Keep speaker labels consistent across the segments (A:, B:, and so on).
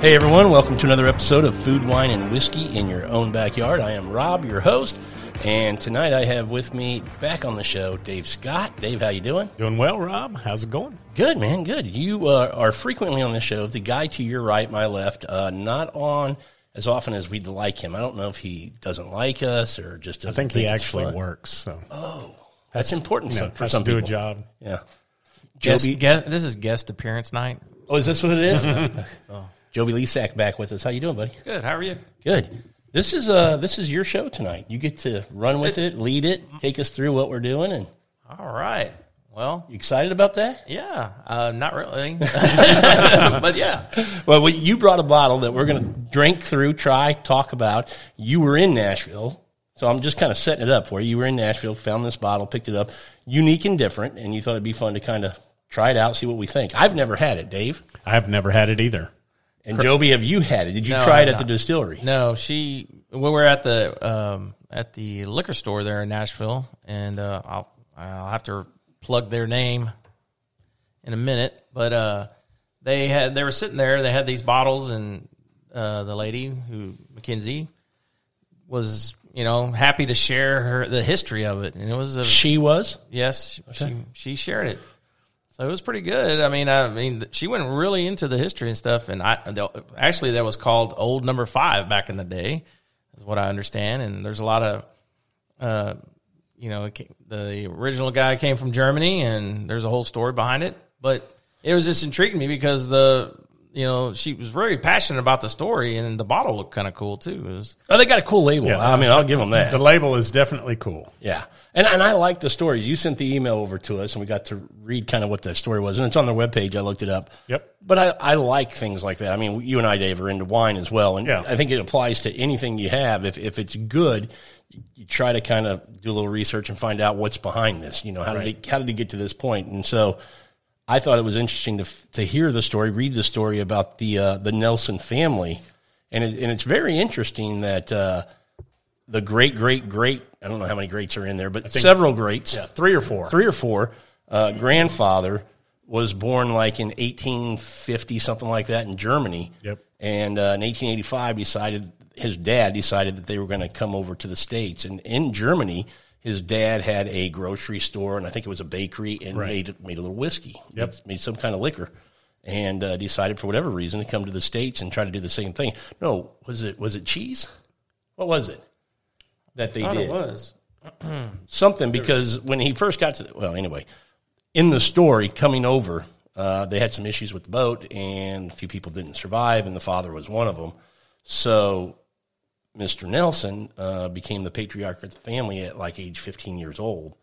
A: Hey everyone, welcome to another episode of Food, Wine, and Whiskey in Your Own Backyard. I am Rob, your host, and tonight I have with me back on the show Dave Scott. Dave, how you doing?
B: Doing well, Rob. How's it going?
A: Good, man, good. You uh, are frequently on the show. The guy to your right, my left, uh, not on as often as we'd like him. I don't know if he doesn't like us or just doesn't
B: I think he
A: it's
B: actually
A: fun.
B: works. So
A: Oh, that's, important
B: you know,
A: some- for
B: has
A: some
B: to do
A: people.
B: a job.
A: Yeah.
C: Guest,
A: Joby,
C: guest- this is guest appearance night.
A: oh, is this what it is? Joby Lisak back with us. How you doing, buddy?
C: Good. How are you?
A: Good. This is uh this is your show tonight. You get to run with it, lead it, take us through what we're doing, and
C: All right. Well,
A: you excited about that?
C: yeah. Uh, not really, but yeah.
A: Well, we, you brought a bottle that we're going to drink through, try, talk about. You were in Nashville, so I'm just kind of setting it up for you. You were in Nashville, found this bottle, picked it up, unique and different, and you thought it'd be fun to kind of try it out, see what we think. I've never had it, Dave,
B: I've never had it either.
A: and Joby, have you had it? Did you
C: No,
A: try it
C: I've
A: at the
C: not.
A: distillery?
C: No, she. We were at the um, at the liquor store there in Nashville, and uh, I'll I'll have to plug their name in a minute. But uh, they had they were sitting there. They had these bottles, and uh, the lady who Mackenzie was, you know, happy to share her the history of it, and it was a
A: She was.
C: Yes, she, she shared it. So it was pretty good. I mean, I mean, she went really into the history and stuff. And I the- actually that was called Old Number Five back in the day, is what I understand. And there's a lot of, uh, you know, it ca- the original guy came from Germany, and there's a whole story behind it. But it was just intriguing me because the you know she was very passionate about the story, and the bottle looked kind of cool too. It was,
A: Oh, they got a cool label.
B: Yeah.
A: I mean, I'll give them that.
B: The label is definitely cool.
A: Yeah, and and I like the stories. You sent the email over to us, and we got to read kind of what the story was, and it's on their webpage. I looked it up.
B: Yep.
A: But I, I like things like that. I mean, you and I, Dave, are into wine as well, and
B: Yeah.
A: I think it applies to anything you have. If if it's good, you try to kind of do a little research and find out what's behind this. You know, how did it, how did it get to this point? And so. I thought it was interesting to f- to hear the story, read the story about the uh, the Nelson family, and it, and it's very interesting that uh, the great, great, great. I don't know how many greats are in there, but several greats,
B: Three or four.
A: three or four. Uh, grandfather was born like in 1850, something like that, in Germany.
B: Yep.
A: And uh, in 1885, decided his dad decided that they were going to come over to the states. And in Germany, his dad had a grocery store, and I think it was a bakery, and
B: Right.
A: made made a little whiskey.
B: Yep.
A: made, made some kind of liquor. And uh, decided for whatever reason to come to the states and try to do the same thing. No, was it was it cheese? What was it that they
C: I thought
A: did?
C: it was.
A: something because when he first got to the, well anyway in the story coming over uh, they had some issues with the boat and a few people didn't survive and the father was one of them so mr nelson uh, became the patriarch of the family at like age 15 years old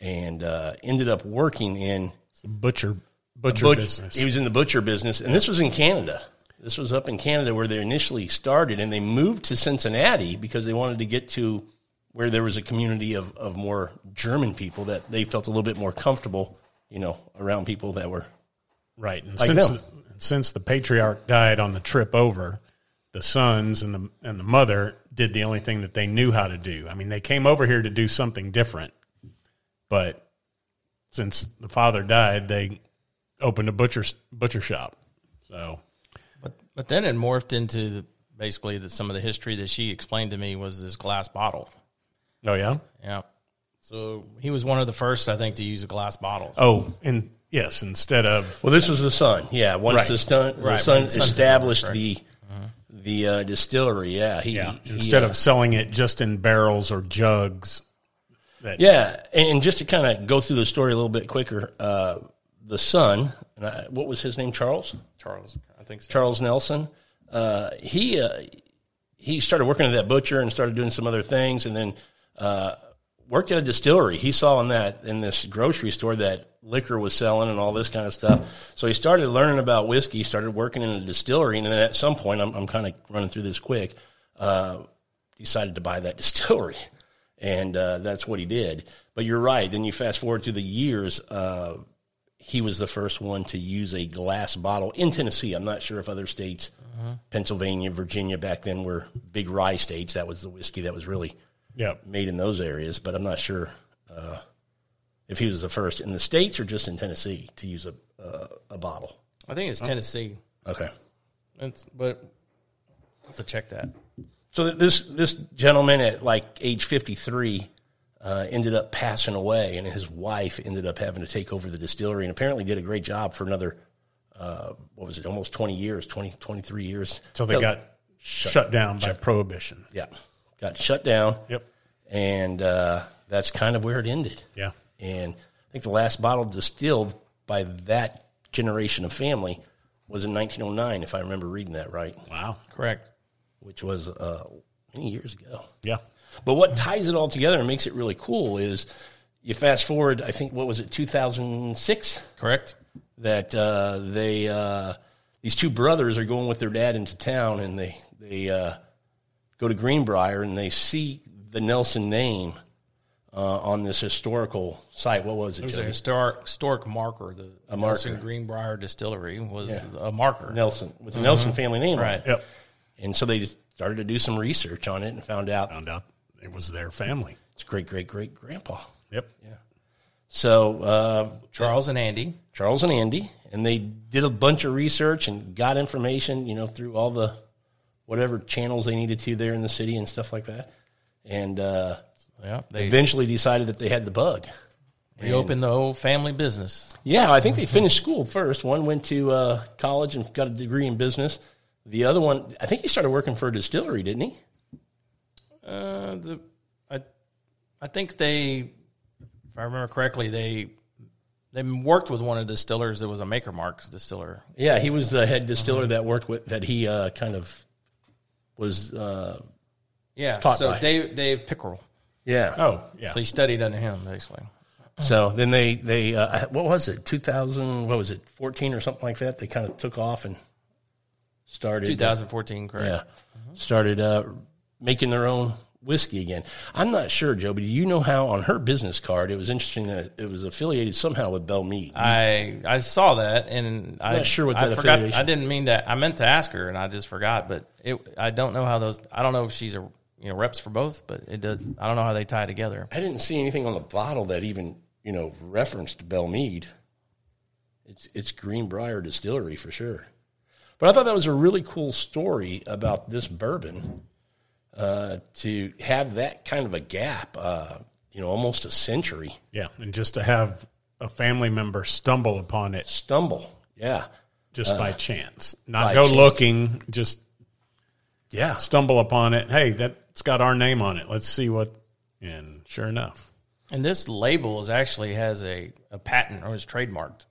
A: and uh, ended up working in
B: Butcher butcher
A: butcher
B: business.
A: he was in the butcher business and this was in canada this was up in canada where they initially started and they moved to cincinnati because they wanted to get to where there was a community of, of more german people that they felt a little bit more comfortable you know around people that were
B: right. And since
A: them.
B: the, since the patriarch died on the trip over, the sons and the and the mother did the only thing that they knew how to do. I mean, they came over here to do something different, but since the father died, they opened a butcher butcher shop. So
C: But but then it morphed into the, basically the, some of the history that she explained to me was this glass bottle.
B: oh yeah.
C: Yeah. So he was one of the first, I think, to use a glass bottle.
B: Oh, and yes, instead of
A: well this was the son yeah once
B: Right.
A: the son, the
C: Right,
A: son
C: when the son-
A: established the the uh, distillery yeah he,
B: yeah,
A: he,
B: instead
A: uh,
B: of selling it just in barrels or jugs, that
A: Yeah, and, and just to kind of go through the story a little bit quicker, uh, the son, and I, what was his name? Charles.
C: Charles, I think so.
A: Charles Nelson. Uh, he uh, he started working at that butcher and started doing some other things, and then uh, worked at a distillery. He saw in that in this grocery store that liquor was selling and all this kind of stuff. So he started learning about whiskey. Started working in a distillery, and then at some point, I'm, I'm kind of running through this quick. Uh, decided to buy that distillery, and uh, that's what he did. But you're right. Then you fast forward through the years. Uh, he was the first one to use a glass bottle in Tennessee. I'm not sure if other states, Pennsylvania, Virginia, back then were big rye states. That was the whiskey that was really
B: yeah,
A: made in those areas, but I'm not sure uh, if he was the first in the states or just in Tennessee to use a uh, a bottle.
C: I think it's Tennessee.
A: Okay,
C: It's, but let's check that.
A: So th- this this gentleman at like age 53 uh, ended up passing away, and his wife ended up having to take over the distillery, and apparently did a great job for another uh, what was it, almost 20 years, 20, 23 years.
B: So they got shut, down by prohibition.
A: yeah, got shut down.
B: Yep.
A: and uh, that's kind of where it ended.
B: Yeah.
A: And I think the last bottle distilled by that generation of family was in 1909, if I remember reading that right,
B: Wow.
C: Correct.
A: which was uh, many years ago.
B: Yeah.
A: But what ties it all together and makes it really cool is you fast forward, I think, what was it, 2006?
C: Correct.
A: That uh, they, uh, these two brothers are going with their dad into town and they, they uh, go to Greenbrier and they see the Nelson name uh, on this historical site. What was it?
C: There's a
A: Joey?
C: historic, historic marker. The
A: marker.
C: Nelson Greenbrier Distillery was a marker.
A: Nelson, with the Nelson family name on it.
B: Yep.
A: And so they just started to do some research on it and found out
B: Found out it was their family.
A: it's great, great, great grandpa.
B: Yep.
A: So uh,
C: Charles and Andy.
A: Charles and Andy, and they did a bunch of research and got information, you know, through all the whatever channels they needed to there in the city and stuff like that. And uh,
C: Yeah, they
A: eventually decided that they had the bug.
C: reopened the whole family business.
A: Yeah, I think they finished school first. One went to uh, college and got a degree in business. The other one, I think he started working for a distillery, didn't he?
C: Uh, the I, I think they, if I remember correctly, they they worked with one of the distillers that was a Maker Marks distiller.
A: Yeah, he was the head distiller that worked with that. He uh, kind of was. Uh,
C: Yeah,
A: Taught
C: so
A: by.
C: Dave Dave Pickerel.
A: yeah.
B: Oh, yeah.
C: So he studied under him basically.
A: So then they they uh, what was it? Two thousand? What was it? Fourteen or something like that? They kind of took off and started. uh,
C: 2014, correct?
A: Yeah, started uh, making their own whiskey again. I'm not sure, Joe, but do you know how on her business card it was interesting that it was affiliated somehow with Bell Mead?
C: I I saw that and I
A: Not sure what
C: I
A: that
C: forgot.
A: affiliation-
C: I didn't mean to. I meant to ask her and I just forgot. But it I don't know how those. I don't know if she's a you know reps for both, but it does. I don't know how they tie together.
A: I didn't see anything on the bottle that even you know referenced Bell Mead. It's it's Greenbrier Distillery for sure. But I thought that was a really cool story about this bourbon uh, to have that kind of a gap, uh, you know, almost a century
B: Yeah. And just to have a family member stumble upon it
A: stumble. Yeah,
B: just by Uh, chance, not
A: by
B: go
A: chance.
B: looking, just
A: yeah.
B: stumble upon it. Hey, that's got our name on it. Let's see what. And sure enough,
C: And this label is actually has a, a patent or was trademarked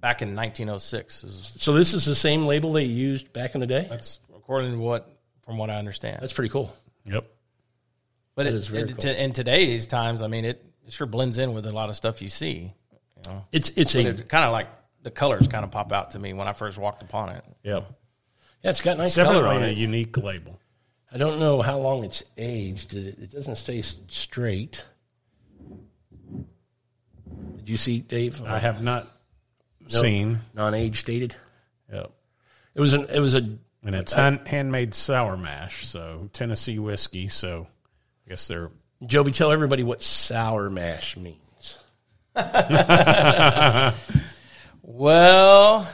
C: back in 1906. Is,
A: So this is the same label they used back in the day.
B: Uh,
C: that's according to what from what I understand.
A: That's pretty cool.
B: yep.
C: but it,
A: is very
C: it- to- in today's times, I mean, it, it sure blends in with a lot of stuff you see. You know,
A: It's it's a yeah.
C: it kind of like the colors kind of pop out to me when I first walked upon it.
B: Yep.
A: It's got nice
B: It's
A: color on
B: definitely a
A: it.
B: unique label.
A: I don't know how long it's aged. It, it doesn't stay s- straight. Did you see Dave? uh,
B: I have not seen.
A: non-age dated.
B: Yep.
A: It was an it was a
B: And it's hand, handmade sour mash, so Tennessee whiskey. So I guess they're
A: Joby. Tell everybody what sour mash means.
C: Well,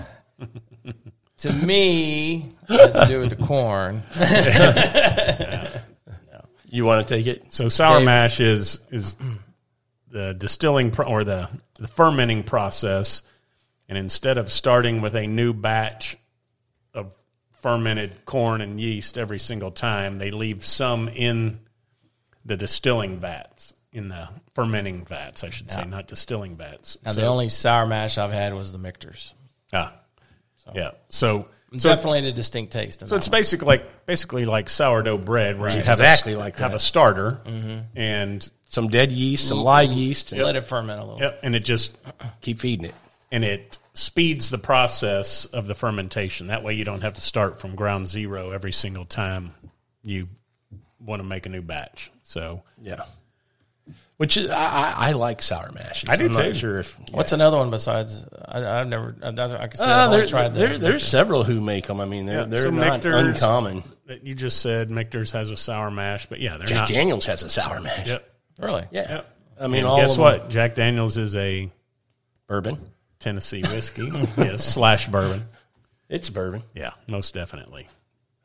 C: to me, it has to do with the corn.
A: You want to take it?
B: so sour
C: Dave-
B: mash is is the distilling pro, or the the fermenting process, and instead of starting with a new batch of fermented corn and yeast every single time, they leave some in the distilling vats in the fermenting vats. I should say, not distilling vats.
C: Now, the
B: So-
C: only sour mash I've had was the Mictors.
B: ah, yeah. So so
C: Definitely a distinct taste. In
B: So
C: that
B: it's basically like basically like sourdough bread, where you have
A: Exactly
B: a,
A: like
B: have
A: that. Mm-hmm.
B: a starter, and
A: Some dead yeast,
B: Mm-hmm.
A: some live yeast, and
C: Let it ferment a little.
B: yep, and it just
A: keep feeding it.
B: and it speeds the process of the fermentation. That way, you don't have to start from ground zero every single time you want to make a new batch. So
A: Yeah. Which is, I, I, I like sour mash.
B: I do
A: I'm not
B: too.
A: sure if
C: What's another one besides? I, I've never. I, I can say
A: Uh,
C: I've only
A: there,
C: tried
A: there-
C: that.
A: there's several who make them. I mean, they're,
B: Yeah,
A: they're
B: so
A: not
B: Michter's-
A: uncommon.
B: that you just said Michter's has a sour mash, but yeah, they're
A: Jack
B: not.
A: Daniels has a sour mash.
B: Yep.
C: really.
A: Yeah.
B: Yep.
A: I mean,
B: And
A: all
B: guess
A: of them-
B: what? Jack Daniels is a
A: Bourbon.
B: Tennessee whiskey yes, slash bourbon.
A: It's bourbon.
B: Yeah, most definitely.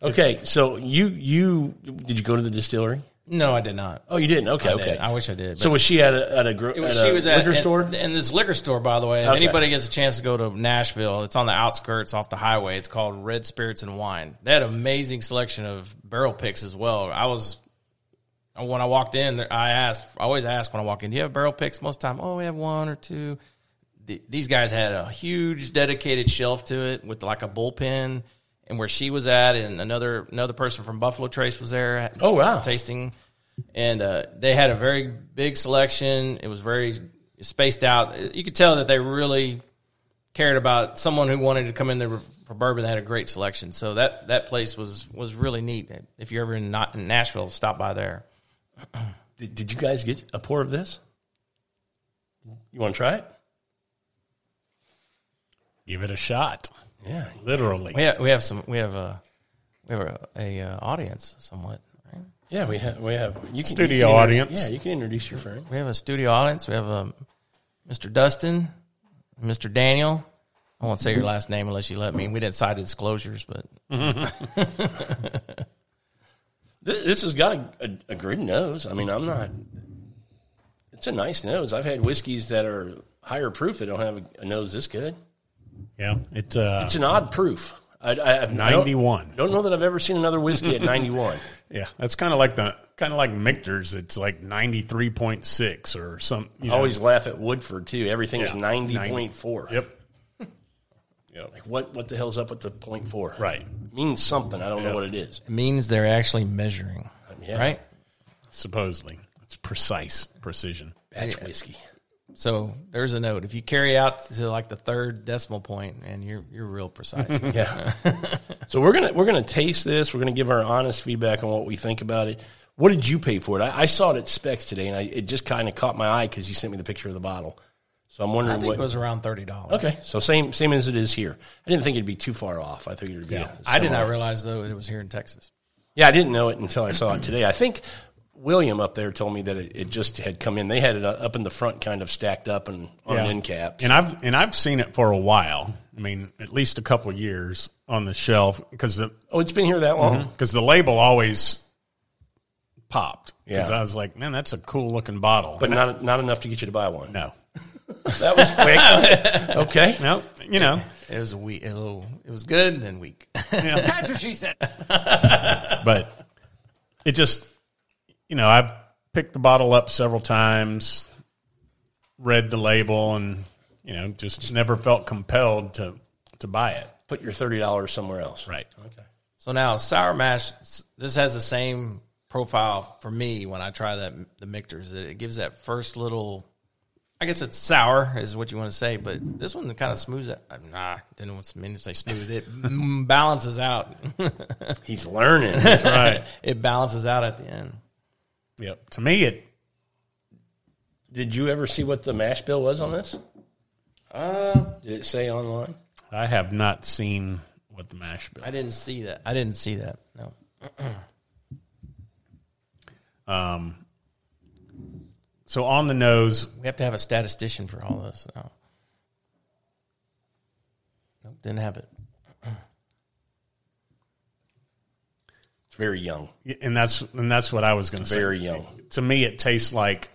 A: Okay, so you you did you go to the distillery?
C: No, I did not.
A: Oh, you didn't. Okay,
C: I
A: okay.
C: did. I wish I did.
A: so was she at a at a, gro-
C: It was,
A: at a
C: she was at
A: liquor
C: and-
A: store?
C: and this liquor store, by the way. If
A: Okay.
C: anybody gets a chance to go to Nashville, it's on the outskirts, off the highway. It's called Red Spirits and Wine. They had an amazing selection of barrel picks as well. I was when I walked in, I asked. I always ask when I walk in, "Do you have barrel picks?" Most time, oh, we have one or two. Th- These guys had a huge dedicated shelf to it with like a bullpen, and where she was at, and another another person from Buffalo Trace was there.
A: Oh, wow.
C: tasting, and uh, they had a very big selection. It was very spaced out. You could tell that they really cared about someone who wanted to come in there for bourbon that had a great selection. So that that place was was really neat. If you're ever in, not in Nashville, stop by there.
A: Did, did you guys get a pour of this? You want to try it?
B: Give it a shot.
A: Yeah.
B: Literally.
C: We have we have some we have a we have a, a uh, audience somewhat. Right?
A: Yeah, we have we have you can,
B: Studio
A: you can inter-
B: audience.
A: Yeah, you can introduce your friend.
C: We have a studio audience. We have a Mr. Dustin, Mr. Daniel. I won't say your last name unless you let me. We didn't sign disclosures, but
A: This, this has got a, a, a good nose. I mean, I'm not. It's a nice nose. I've had whiskeys that are higher proof that don't have a, a nose this good.
B: Yeah. It, uh,
A: It's an odd proof. I, I, I've I don't-
B: 91.
A: Don't, know that I've ever seen another whiskey at 91.
B: yeah. That's kind of like the, kind of like Michter's. It's like 93.6 or some. You
A: I
B: know.
A: always laugh at Woodford too. Everything's
B: Yeah,
A: 90.4.
B: Yep.
A: Like what what the hell's up with the point four?
B: Right.
A: It means something. I don't know what it is.
C: it means they're actually measuring,
A: Yeah.
C: right?
B: Supposedly. It's precise precision.
A: Batch whiskey.
C: So there's a note. If you carry out to like the third decimal point, and you're you're real precise.
A: Yeah. so we're gonna we're gonna taste this. We're gonna give our honest feedback on what we think about it. What did you pay for it? I, I saw it at Specs today, and I, it just kind of caught my eye because you sent me the picture of the bottle. So I'm
C: I
A: wondering
C: think
A: what.
C: it was around thirty dollars.
A: okay, so same same as it is here. I didn't think it'd be too far off. I figured it'd be. Yeah,
C: I did not realize though it was here in Texas.
A: Yeah, I didn't know it until I saw it today. I think William up there told me that it, it just had come in. They had it uh, up in the front, kind of stacked up and on
B: Yeah.
A: an end cap.
B: And I've and I've seen it for a while. I mean, at least a couple years on the shelf because the
A: oh, it's been here that long.
B: because the label always popped. Because
A: Yeah.
B: I was like, man, that's a cool looking bottle.
A: But not not enough to get you to buy one.
B: no,
A: That was quick. okay.
B: no, you know,
C: It was a week. A little, it was good and then weak.
D: That's what she said.
B: but it just, you know, I've picked the bottle up several times, read the label, and you know, just never felt compelled to to buy it.
A: Put your thirty dollars somewhere else.
B: Right.
C: So now sour mash. This has the same profile for me when I try that the Michters. It gives that first little. I guess it's sour is what you want to say, but this one kind of smooths it. Nah, didn't want to mean to say smooth. It m- balances out.
A: He's learning.
B: Right.
C: It balances out at the end.
B: yep. To me, it
A: Did you ever see what the mash bill was on this? Uh, did it say online?
B: I have not seen what the mash bill.
C: I didn't see that. I didn't see that. No.
B: So on the nose,
C: We have to have a statistician for all this. No. Nope, didn't have it.
A: It's very young.
B: and that's and that's what I was going to say.
A: Very young.
B: To me, it tastes like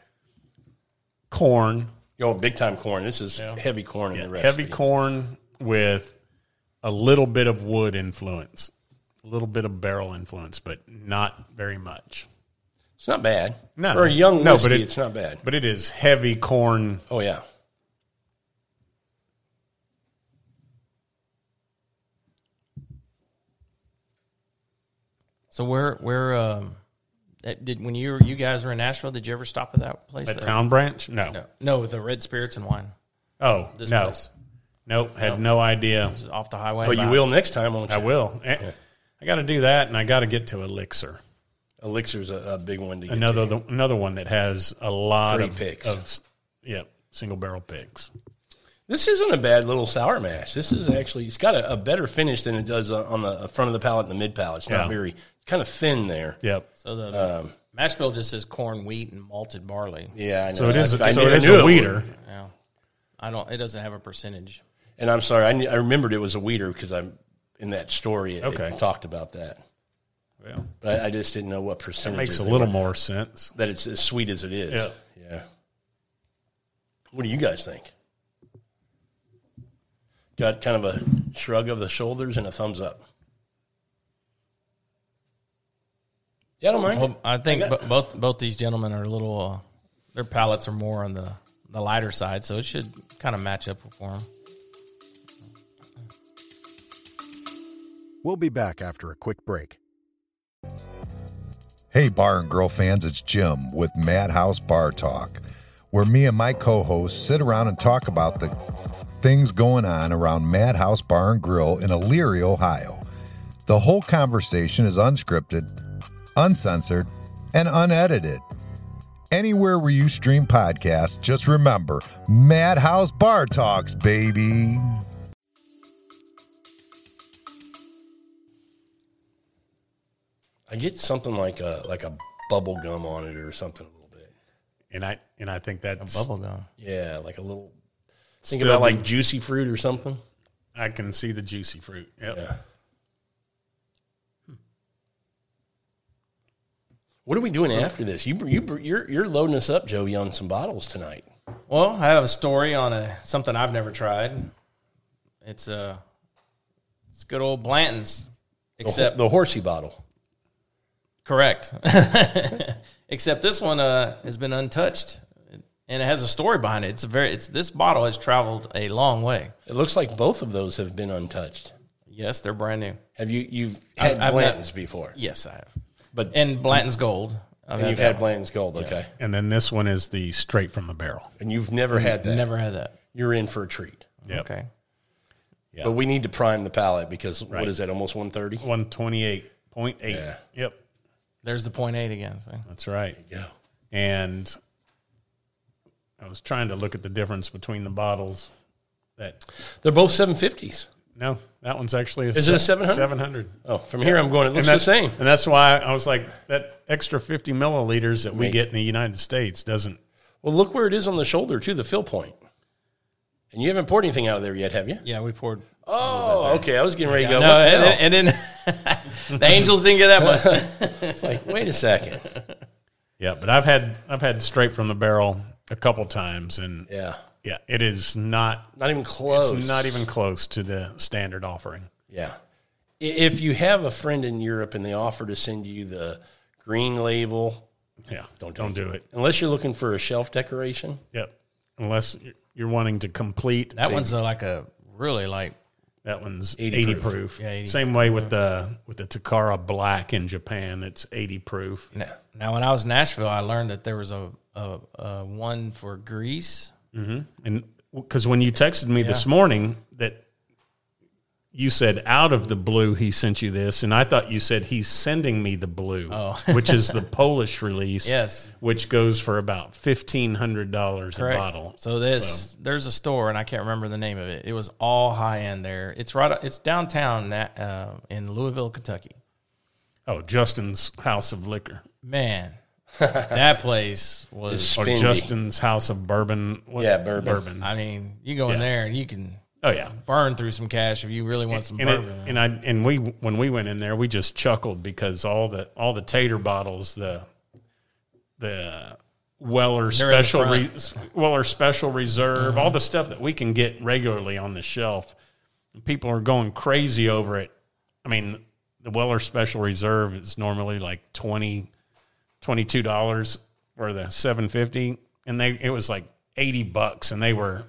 B: corn,
A: Yo, big time corn. This is heavy corn in the recipe.
B: heavy corn with a little bit of wood influence, a little bit of barrel influence, but not very much.
A: It's not bad.
B: No.
A: for a young
B: No, but
A: whiskey,
B: it-
A: it's not bad.
B: But it is heavy corn.
A: Oh yeah.
C: So where where um that- did when you were, you guys were in Nashville? Did you ever stop at that place?
B: At
C: there?
B: Town Branch? No.
C: No, no, the Red Spirits and Wine.
B: Oh,
C: This
B: no.
C: place
B: Nope. Had no idea.
C: This is off the highway.
A: But you will next time, won't
B: I
A: you?
B: will. Eh, I got to do that, and I got to get to Elixir.
A: Elixir's a, a big one to get.
B: another the, another one that has a lot
A: Great
B: of
A: picks.
B: of yeah single barrel picks.
A: This isn't a bad little sour mash. This is actually it's got a, a better finish than it does on- on the uh, front of the palate and the mid palate. It's not
B: Yeah.
A: very kind of thin there.
B: Yep.
C: So the
A: Um,
C: mash bill just says corn, wheat, and malted barley.
A: Yeah, I know.
B: So it is
A: Uh, I, I
B: so
A: knew-
B: it
A: I
B: is
A: knew
B: a
A: would.
B: weeder.
C: Yeah. I don't. It doesn't have a percentage.
A: And I'm sorry, I, knew, I remembered it was a weeder because I in that story. It,
B: Okay.
A: it talked about that,
B: Well,
A: but I, I just didn't know what percentage.
B: makes a little more sense.
A: that it's as sweet as it is.
B: Yeah.
A: Yeah. What do you guys think? Got kind of a shrug of the shoulders and a thumbs up. Yeah, I don't mind.
C: Well, I think
A: I got-
C: bo- both both these gentlemen are a little. Uh, their palates are more on the the lighter side, so it should kind of match up for them.
D: We'll be back after a quick break.
E: Hey, Bar and Grill fans, it's Jim with Madhouse Bar Talk, where me and my co hosts sit around and talk about the things going on around Madhouse Bar and Grill in Elyria, Ohio. The whole conversation is unscripted, uncensored, and unedited. Anywhere where you stream podcasts, just remember Madhouse Bar Talks, baby.
A: I get something like a like a bubble gum on it or something a little bit.
B: And I and I think that's
C: Bubble gum.
A: Yeah, like a little. Think
B: Still
A: about
B: be-
A: like juicy fruit or something.
B: I can see the juicy fruit. Yep.
A: Yeah. What are we doing after this? You you you're you're loading us up, Joey, on some bottles tonight.
C: Well, I have a story on a something I've never tried. It's uh, it's good old Blanton's,
A: The, ho-
C: except
A: the horsey bottle.
C: correct. except this one uh has been untouched, and it has a story behind it. It's a very it's this bottle has traveled a long way.
A: It looks like both of those have been untouched.
C: Yes, they're brand new.
A: Have you you've had
C: I've not-
A: Blanton's before?
C: Yes, I have.
A: But and,
C: And Blanton's Gold. I've
A: you've
C: that
A: had Blanton's Gold, okay?
B: And then this one is the straight from the barrel.
A: And you've never had that.
C: one. Never had that.
A: You're in for a treat.
B: Yep.
C: Okay.
B: Yeah.
A: But we need to prime the palate because
B: Right.
A: what is that? Almost one thirty.
B: 128.8.
A: Yeah.
B: Yep.
C: There's the point eight again. So.
B: That's right.
A: Yeah.
B: And I was trying to look at the difference between the bottles that
A: They're both seven fifties.
B: no, that one's actually a
A: Is it a 700?
B: 700.
A: Oh, from here I'm going. It looks the same.
B: And that's why I was like, that extra 50 milliliters that we
A: Makes-
B: get in the United States doesn't.
A: Well, look where it is on the shoulder too. The fill point. And you haven't poured anything out of there yet, have you?
C: Yeah, we poured.
A: Oh, okay. I was getting ready to go.
C: No,
A: what the hell?
C: and, and then the Angels didn't get that much.
A: it's like, wait a second.
B: Yeah, but I've had I've had straight from the barrel a couple times, and yeah,
A: Yeah,
B: it is not
A: not even close.
B: it's not e- even close to the standard offering.
A: Yeah. I- If you have a friend in Europe and they offer to send you the green label,
B: Yeah, don't don't do it.
A: unless you're looking for a shelf decoration,
B: Yep, unless you're- you're wanting to complete
C: That one's uh, like a really like
B: That one's
A: 80
B: 80,
A: proof.
B: proof.
C: Yeah, 80.
B: Same way with the with the Takara Black in Japan, it's 80 proof.
A: no.
C: now. When I was in Nashville, I learned that there was a, a, a one for Greece.
B: And because when you texted me this morning that you said out of the blue he sent you this, and I thought you said he's sending me the blue, which is the Polish release.
C: Yes.
B: which goes for about fifteen hundred dollars a
C: Correct.
B: bottle.
C: So this there's a store and I can't remember the name of it. It was all high end there. It's right. It's downtown that, uh, in Louisville, Kentucky.
B: Oh, Justin's House of Liquor
C: Man, that place was.
B: or
A: Spendy.
B: Justin's House of Bourbon. What-
A: Yeah, bourbon.
C: I mean, you go in there and you can
B: Oh yeah,
C: burn through some cash if you really want some
B: and, it,
C: bourbon.
B: and I and we when we went in there, we just chuckled because all the all the tater bottles, the the Weller
C: in the Uh-huh.
B: special re, Weller special reserve, all the stuff that we can get regularly on the shelf, people are going crazy over it. I mean, the Weller special reserve is normally like 20 22 dollars or the 750 and they it was like 80 bucks and they were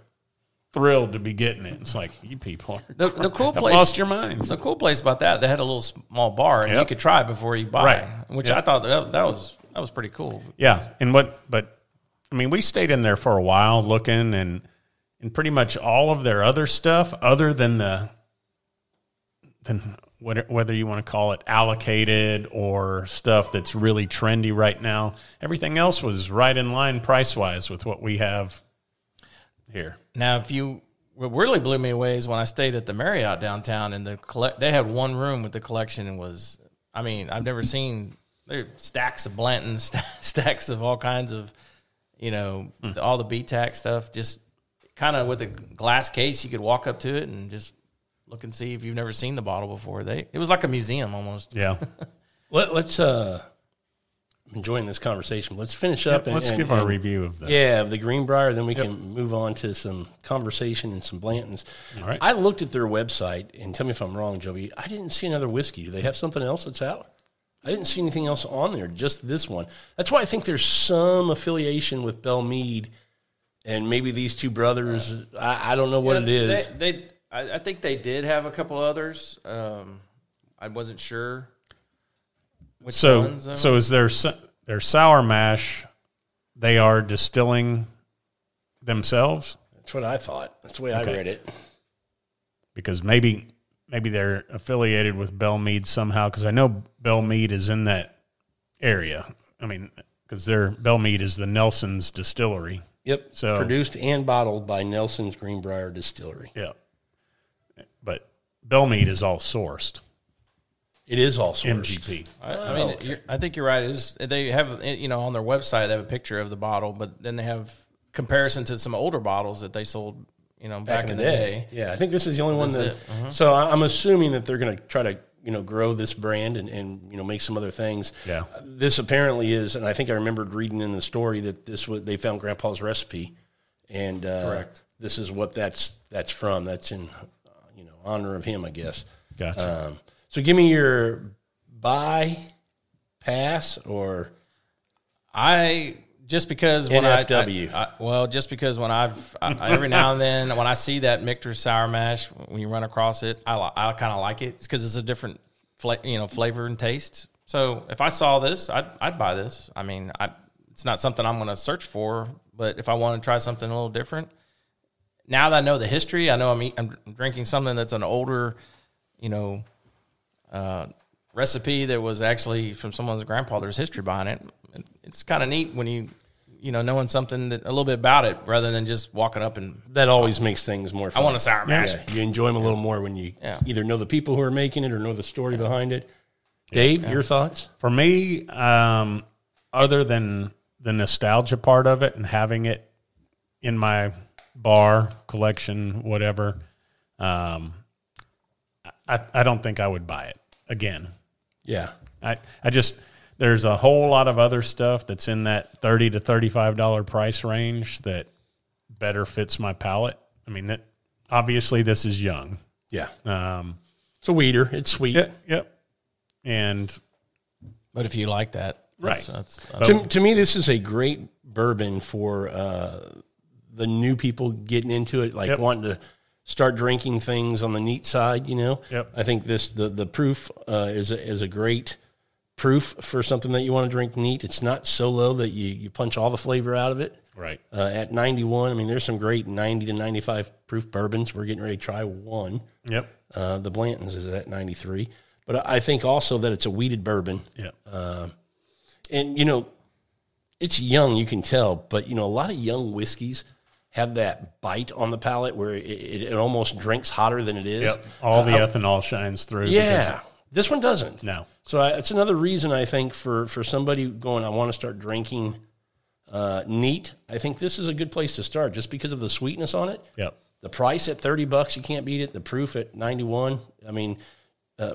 B: thrilled to be getting it. It's like you people are
C: The, the cool
B: I've
C: place
B: lost your minds.
C: The cool place about that, they had a little small bar, and you
B: Yep.
C: could try before you buy,
B: Right.
C: which
B: Yep.
C: I thought that, that was that was pretty cool.
B: Yeah, and what? But I mean, we stayed in there for a while looking, and and pretty much all of their other stuff, other than the than what, whether you want to call it allocated or stuff that's really trendy right now, everything else was right in line price wise with what we have here.
C: Now, if you what really blew me away is when I stayed at the Marriott downtown, and the collect they had one room with the collection and was, I mean, I've never seen there were stacks of Blanton, st- stacks of all kinds of, you know,
A: Hmm.
C: all the BTAC stuff, just kind of with a glass case, you could walk up to it and just look and see if you've never seen the bottle before. They it was like a museum almost.
B: Yeah.
A: Let, let's uh, I'm enjoying this conversation. Let's finish up. and,
B: Let's
A: and-
B: give our
A: and-
B: review of the.
A: Yeah, of the Greenbrier. Then we can move on to some conversation and some Blantons.
B: All right.
A: I looked at their website, and tell me if I'm wrong, Joey. I didn't see another whiskey. Do they have something else that's out? I didn't see anything else on there, just this one. That's why I think there's some affiliation with Bell Mead and maybe these two brothers. I, I don't know what it is.
C: They, they- I, I think they did have a couple others. Um, I wasn't sure. Which
B: So,
C: ones, though.
B: so is their s- their sour mash? They are distilling themselves
A: that's what I thought. That's the way I
B: Okay.
A: read it.
B: because maybe maybe they're affiliated with Bell Mead somehow. Because I know Bell Mead is in that area. I mean, because their Bell Mead is the Nelson's distillery.
A: Yep.
B: So-
A: produced and bottled by Nelson's Greenbrier Distillery.
B: Yeah, but Bell Mead is all sourced
A: It is all sourced.
B: MGP.
C: I, I mean, you're, I think you're right. It Is they have eh, you know on their website they have a picture of the bottle, but then they have comparison to some older bottles that they sold you know back, in the day.
A: Yeah, I think this is the only one
C: This
A: that.
C: is Mm-hmm.
A: So I- I'm assuming that they're going to try to you know grow this brand and, and you know make some other things.
B: Yeah.
A: this apparently is, and I think I remembered reading in the story that this was they found Grandpa's recipe, and uh, correct. This is what that's that's from. That's in uh, you know honor of him, I guess.
B: Gotcha.
A: Um, so give me your buy, pass, or
C: I just because when
A: NFW.
C: I, I, I well, just because when I've I, I- every now and then when I see that Michter's sour mash when you run across it, I li- I kind of like it because it's a different fla- you know flavor and taste. So if I saw this, I'd I'd buy this. I mean, I it's not something I'm going to search for, but if I want to try something a little different, now that I know the history, I know I'm eat, I'm drinking something that's an older, you know, uh, recipe that was actually from someone's grandpa. There's history behind it. And It's kind of neat when you, you know, knowing something that a little bit about it rather than just walking up and
A: that always makes things more.
C: I
A: fun.
C: want a sour mash.
A: Yeah, you enjoy them a little more when you
C: Yeah.
A: either know the people who are making it or know the story behind it. Dave, your thoughts?
B: For me, um, other than the nostalgia part of it and having it in my bar collection, whatever, um, I, I don't think I would buy it again.
A: Yeah.
B: I, I just there's a whole lot of other stuff that's in that thirty to thirty five dollar price range that better fits my palate. I mean that obviously this is young.
A: Yeah.
B: Um,
A: It's a weeder. It's sweet.
B: yep, yep. And
C: But if you like that,
B: Right.
C: That's, that's,
A: To, to me, this is a great bourbon for uh, the new people getting into it, like
B: Yep.
A: wanting to start drinking things on the neat side. You know,
B: Yep.
A: I think this the the proof uh, is a, is a great proof for something that you want to drink neat. It's not so low that you you punch all the flavor out of it.
B: right.
A: Uh, at 91, I mean, there's some great 90 to 95 proof bourbons. We're getting ready to try one.
B: Yep.
A: Uh, the Blanton's is at 93. But I I think also that it's a weeded bourbon.
B: Yep.
A: Uh, and you know, it's young, you can tell, but you know, a lot of young whiskeys have that bite on the palate where it, it, it almost drinks hotter than it is.
B: Yep. All the ethanol shines through.
A: Yeah, this one doesn't.
B: Because, no.
A: So I, it's another reason I think for for somebody going, I want to start drinking uh, neat. I think this is a good place to start, just because of the sweetness on it.
B: Yep.
A: The price at thirty bucks, you can't beat it. The proof at ninety one. I mean, uh,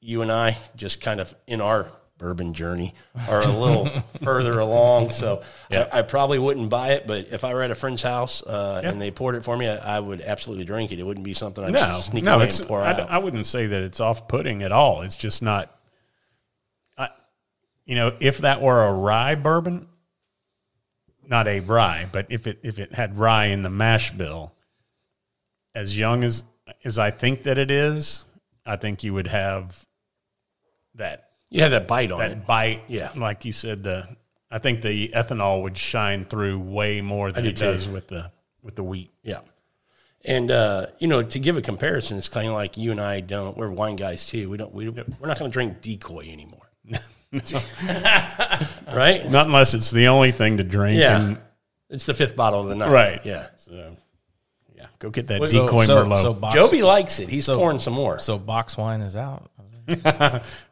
A: you and I just kind of in our bourbon journey are a little further along. So I, I probably wouldn't buy it, but if I were at a friend's house uh, and they poured it for me, I, I would absolutely drink it. It wouldn't be something I'd
B: No.
A: sneak
B: No.
A: away
B: It's,
A: and pour
B: I,
A: out.
B: I wouldn't say that it's off-putting at all. It's just not. I, you know, if that were a rye bourbon, not a rye, but if it if it had rye in the mash bill, as young as as I think that it is, I think you would have that
A: you have that bite on
B: that
A: it.
B: bite.
A: Yeah.
B: like you said, the I think the ethanol would shine through way more than
A: do
B: it does
A: too.
B: with the with the wheat.
A: Yeah. And uh, you know, to give a comparison, it's kind of like you and I don't. We're wine guys too. We don't. We, We're not going to drink decoy anymore, right?
B: Not unless it's the only thing to drink.
A: Yeah,
B: and-
A: it's the fifth bottle of the night,
B: Right.
A: Yeah,
B: so, yeah. Go get that
C: so,
B: decoy
C: so,
B: merlot.
C: so box,
A: Joby likes it. He's pouring some more.
C: so box wine is out.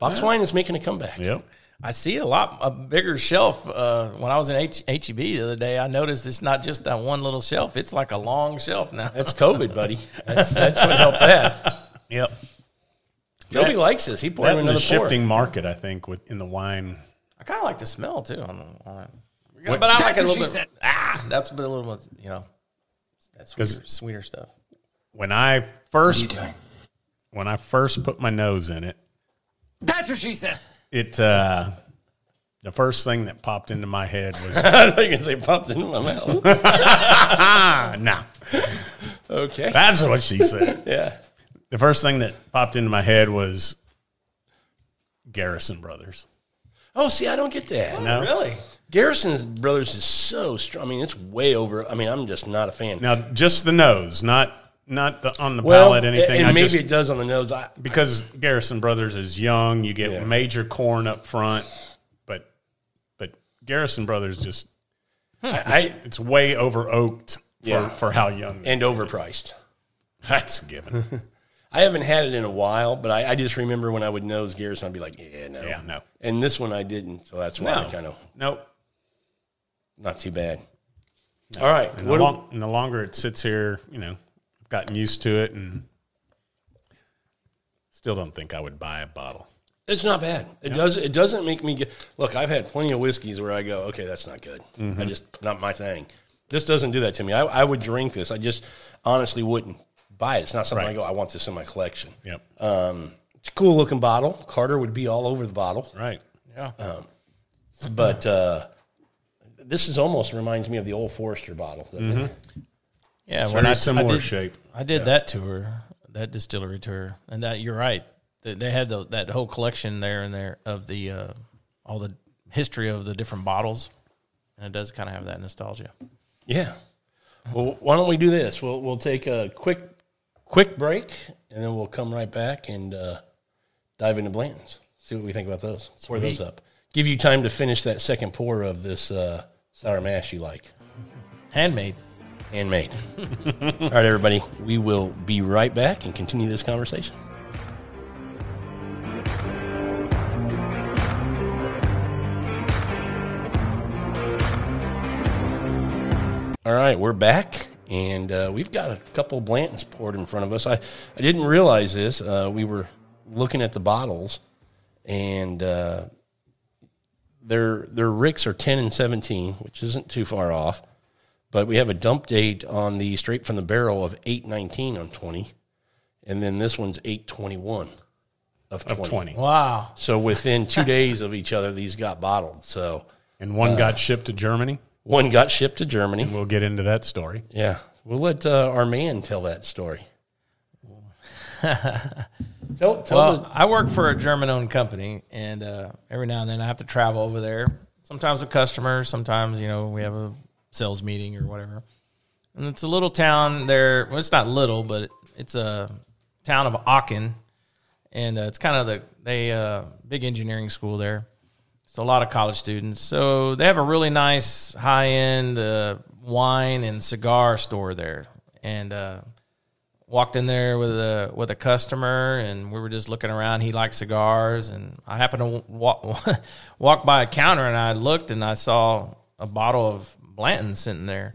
A: Box wine is making a comeback.
B: yep.
C: I see a lot a bigger shelf. Uh, when I was in H- HEB the other day, I noticed it's not just that one little shelf; it's like a long shelf now.
A: That's COVID, buddy. That's, that's what helped that.
B: Yep.
A: Nobody likes this. He poured
B: That
A: him
B: and the
A: another pour.
B: shifting market, I think, with in the wine.
C: I kind of like the smell too. On the, on it. But I like it a little bit. Ah, that's a, bit, a little bit, you know, that's sweeter, sweeter stuff.
B: When I first when I first put my nose in it,
F: That's what she said.
B: it uh, the first thing that popped into my head was
A: I thought you were going to say popped into my mouth.
B: ah, no,
A: Okay.
B: that's what she said.
A: Yeah.
B: the first thing that popped into my head was Garrison Brothers.
A: Oh, see, I don't get that.
B: No,
C: Really?
A: Garrison Brothers is so strong. I mean, it's way over. I mean, I'm just not a fan.
B: Now just the nose, not not the on the palate anything.
A: and
B: I
A: maybe
B: just-
A: it does on the nose. I,
B: because Garrison Brothers is young, you get major corn up front, but but Garrison Brothers just
A: I, I
B: it's way over oaked for,
A: Yeah.
B: for how young.
A: and overpriced.
B: that's a given.
A: I haven't had it in a while, but I, I just remember when I would nose Garrison, I'd be like, yeah, no,
B: Yeah, no.
A: And this one I didn't, so that's why I kind of
B: nope.
A: not too bad. All right,
B: And
A: what
B: the,
A: do-
B: long, and the longer it sits here, you know, I've gotten used to it and still don't think I would buy a bottle.
A: It's not bad. It does. It doesn't make me get. Look, I've had plenty of whiskeys where I go, okay, that's not good. I
B: Mm-hmm.
A: just not my thing. This doesn't do that to me. I, I would drink this. I just honestly wouldn't buy it. It's not something I go. I want this in my collection.
B: Yep.
A: Um, it's a cool looking bottle. Carter would be all over the bottle,
B: right.
C: Yeah.
A: but uh, this is almost reminds me of the old Forester bottle.
B: Mm-hmm.
A: doesn't it?
C: yeah.
B: Very
C: I-
B: similar
C: I did,
B: shape.
C: I did that tour, that distillery tour, and that you're right. They, they had the, that whole collection there and there of the uh, all the history of the different bottles, and it does kind of have that nostalgia.
A: Yeah. Well, why don't we do this? We'll we'll take a quick quick break, and then we'll come right back and uh, dive into Blanton's. See what we think about those. Pour those up. Give you time to finish that second pour of this uh, sour mash you like,
C: Handmade.
A: handmade. All right, everybody. We will be right back and continue this conversation. All right, we're back, and uh, we've got a couple Blantons poured in front of us. I, I didn't realize this. Uh, we were looking at the bottles, and uh, their their Ricks are ten and seventeen, which isn't too far off. But we have a dump date on the straight from the barrel of eight nineteen on twenty, and then this one's eight twenty one of
B: Of
A: twenty.
B: 20.
C: Wow.
A: So within two days of each other, these got bottled. So
B: And one
A: uh,
B: got shipped to Germany.
A: one got shipped to Germany.
B: We'll get into that story.
A: Yeah, we'll let uh, our man tell that story. tell tell
C: Well, I work for a German-owned company, and uh, every now and then I have to travel over there. Sometimes with customers, sometimes you know we have a sales meeting or whatever. And it's a little town there. Well, it's not little, but it, it's a town of Aachen, and uh, it's kind of the they uh, big engineering school there. So a lot of college students. So they have a really nice high-end uh, wine and cigar store there, and. Uh, walked in there with a with a customer and we were just looking around he liked cigars and i happened to walk walk by a counter and i looked and i saw a bottle of blanton sitting there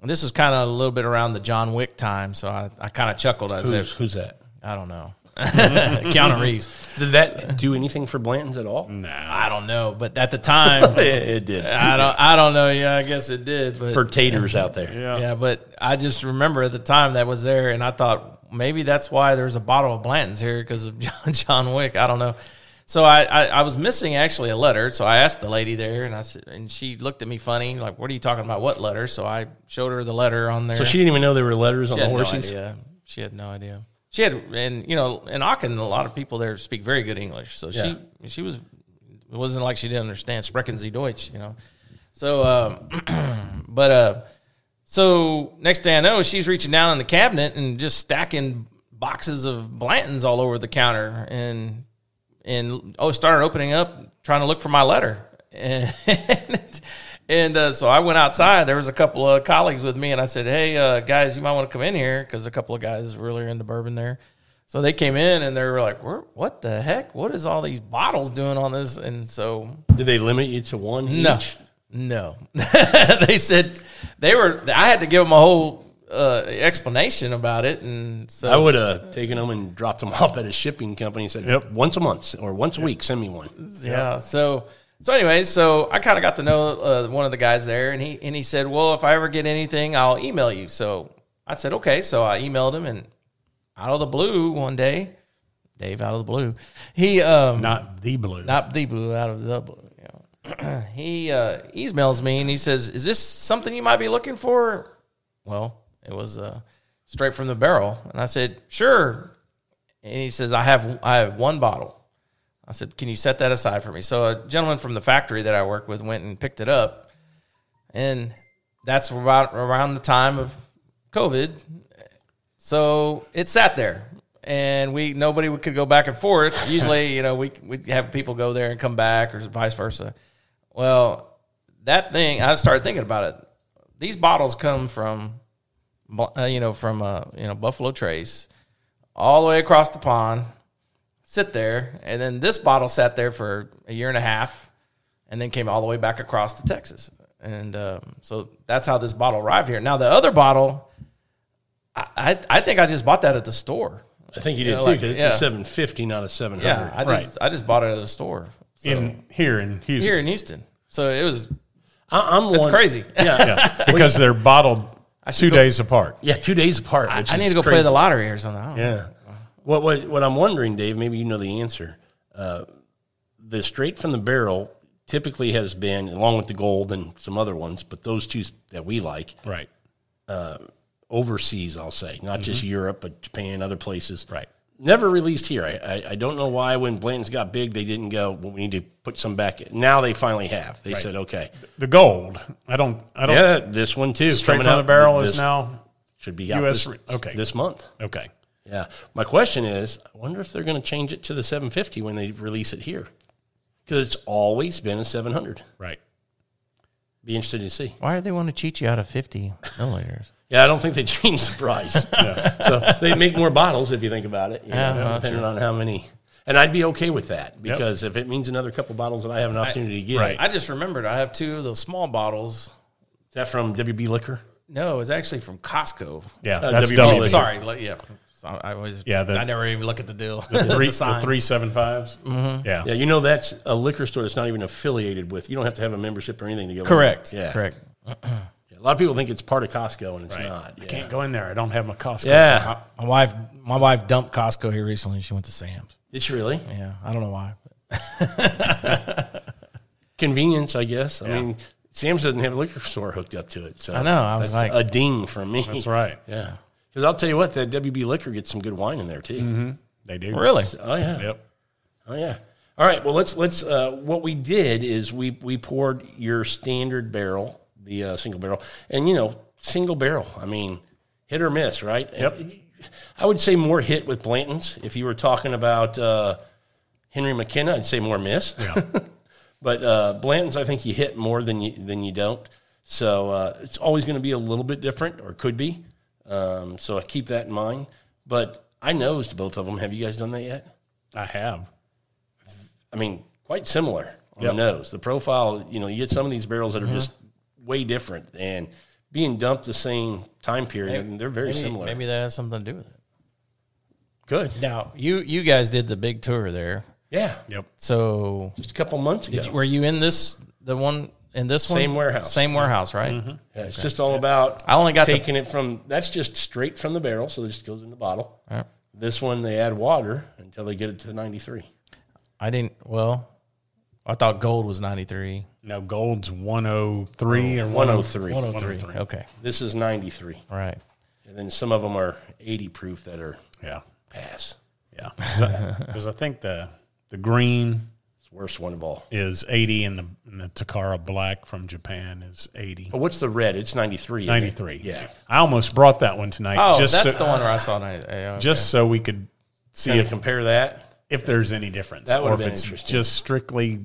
C: and this was kind of a little bit around the john wick time so i, I kind of chuckled i
A: the,
C: said
A: who's, who's that?
C: i don't know keanu reeves
A: Did that do anything for Blanton's at all? No,
C: i don't know but at the time
A: it did.
C: i don't i don't know yeah i guess it did but
A: for taters out there,
C: Yeah, but I just remember at the time that was there, and I thought maybe that's why there's a bottle of Blanton's here because of John, John Wick. I don't know. So I, I, I was missing actually a letter, so I asked the lady there, and I said, and she looked at me funny, like, "What are you talking about? What letter?" So I showed her the letter on there.
A: so she didn't even know there were letters on
C: She
A: the
C: had
A: horses.
C: no idea. She had no idea. She had, and you know, in Aachen, a lot of people there speak very good English. So she she was it wasn't like she didn't understand sprechen Sie Deutsch, you know. So, um, but uh, so next thing I know, she's reaching down in the cabinet and just stacking boxes of Blantons all over the counter, and and oh, started opening up, trying to look for my letter, and and uh, so I went outside. There was a couple of colleagues with me, and I said, "Hey uh, guys, you might want to come in here because a couple of guys really are into bourbon there." So they came in and they were like, "Where- "What the heck? What is all these bottles doing on this?" And so
A: Did they limit you to one?
C: no,
A: each?
C: no, they said they were. I had to give them a whole uh, explanation about it, and so
A: I would have taken them and dropped them off at a shipping company and said,
B: Yep.
A: once a month or once a week, send me one.
C: yeah. So so anyways, so I kind of got to know uh, one of the guys there, and he and he said, "Well, if I ever get anything, I'll email you." So I said, "Okay." So I emailed him, and out of the blue, one day, Dave, out of the blue, he um
B: Not the blue.
C: not the blue out of the blue. Yeah. he uh, emails me and he says, "Is this something you might be looking for?" Well, it was uh, straight from the barrel, and I said, "Sure." And he says, "I have I have one bottle." I said, "Can you set that aside for me?" So a gentleman from the factory that I work with went and picked it up, and that's about around the time of COVID. So it sat there, and we nobody could go back and forth. Usually, you know, we we have people go there and come back, or vice versa. Well, that thing, I started thinking about it. These bottles come from, bu- uh, you know, from uh, you know Buffalo Trace, all the way across the pond, sit there, and then this bottle sat there for a year and a half, and then came all the way back across to Texas. And um, so that's how this bottle arrived here. Now the other bottle I, I think I just bought that at the store.
A: I think you did
C: Yeah,
A: too.
C: like-
A: 'cause it's
C: yeah.
A: a 750, not a 700.
C: Yeah, I just I just bought it at the store so,
B: in here in Houston.
C: here in Houston. So it was
A: I, I'm
C: it's
A: one-
C: crazy.
B: yeah, because they're bottled
C: should
B: two
C: go-
B: days apart.
A: Yeah, two days apart. Which
C: I need
A: is
C: to go play
A: crazy.
C: the lottery or something. I don't know.
A: Yeah. What what what I'm wondering, Dave? Maybe you know the answer. Uh, the straight from the barrel typically has been, along with the gold and some other ones, but those two that we like
B: Right,
A: overseas, I'll say, not just Europe, but Japan, other places.
B: Mm-hmm. right.
A: Never released here. I, I, I don't know why when Blanton's got big, they didn't go. Well, we need to put some back. in." Now they finally have. They said, okay,
B: The gold. I don't. I don't.
A: yeah, this one too.
B: straight from
A: coming out
B: the barrel
A: th-
B: is
A: this
B: now
A: should be out
B: US
A: this,
B: re- okay.
A: this month.
B: okay.
A: Yeah. My question is, I wonder if they're going to change it to the 750 when they release it here, because it's always been a 700.
B: Right.
A: Be interested to see.
C: Why do they want to cheat you out of fifty milliliters?
A: Yeah, I don't think they changed the price. So they make more bottles if you think about it, you know,
C: Yeah,
A: depending on how many. And I'd be okay with that because if it means another couple bottles that I have an opportunity to get,
B: right.
C: I just remembered I have two of those small bottles.
A: is that from WB Liquor?
C: No, it's actually from Costco.
B: Yeah,
A: Uh,
B: that's
A: WB
B: double.
C: Oh,
A: Liquor.
C: sorry. Like, yeah, So I always.
B: Yeah, the-
C: I never even look at the deal.
B: Three,
C: The
B: the
C: sign.
B: three seven fives. Yeah.
A: Yeah, you know that's a liquor store that's not even affiliated with. You don't have to have a membership or anything to go. in.
C: Correct.
A: Yeah.
C: Correct.
A: A lot of people think it's part of Costco and it's not.
B: I
A: Yeah.
B: can't go in there. I don't have my Costco.
A: yeah.
C: My wife, my wife dumped Costco here recently. and She went to Sam's.
A: It's really.
C: Yeah, I don't know why.
A: convenience, I guess. I mean, Sam's doesn't have a liquor store hooked up to it, so
C: I know, I was
A: that's
C: like-
A: a ding from me.
B: That's right.
A: Yeah, because I'll tell you what, that WB liquor gets some good wine in there too.
C: Mm-hmm.
B: They do.
C: Really?
A: Oh yeah,
B: Yep.
A: oh yeah. All right, well let's let's. Uh, what we did is we we poured your standard barrel, the uh, single barrel, and you know single barrel. I mean, hit or miss, right?
B: Yep.
A: And I would say more hit with Blanton's. If you were talking about uh, Henry McKenna, I'd say more miss. But uh, Blanton's, I think you hit more than you than you don't. So uh, it's always going to be a little bit different, or could be. Um, so I keep that in mind. But I nosed both of them. Have you guys done that yet?
B: I have.
A: I mean, quite similar on the nose. The profile, you know, you get some of these barrels
C: Mm-hmm.
A: that are just way different and being dumped the same time period, and they're very
C: maybe,
A: similar.
C: Maybe that has something to do with it.
A: Good.
C: Now you you guys did the big tour there.
A: Yeah.
B: Yep.
C: So
A: Just a couple months ago.
C: were you in this the one in this one
A: Same warehouse.
C: Same warehouse, Mm-hmm. right?
A: Yeah, it's just all about.
C: I only got the-
A: taking it from that's just straight from the barrel, so it just goes in the bottle.
C: Alright.
A: This one they add water until they get it to ninety three.
C: I didn't. Well, I thought gold was ninety three.
B: No, gold's 103 or
A: One oh three.
C: One hundred three. Okay,
A: This is ninety three,
C: all right.
A: and then some of them are eighty proof that are
B: Yeah.
A: pass.
B: Yeah. Because I think the the green
A: It's worst one of all.
B: is 80 and the, and the Takara black from Japan is 80.
A: But what's the red? It's ninety three.
B: 93.
A: Oh, Yeah.
B: I almost brought that one tonight
C: Oh,
B: just
C: that's
B: so,
C: the one where I saw ninety. Yeah, okay.
B: just so we could see
A: Kind of
B: if,
A: compare that.
B: if there's any difference
A: That would've
B: or if
A: been
B: it's
A: interesting.
B: just strictly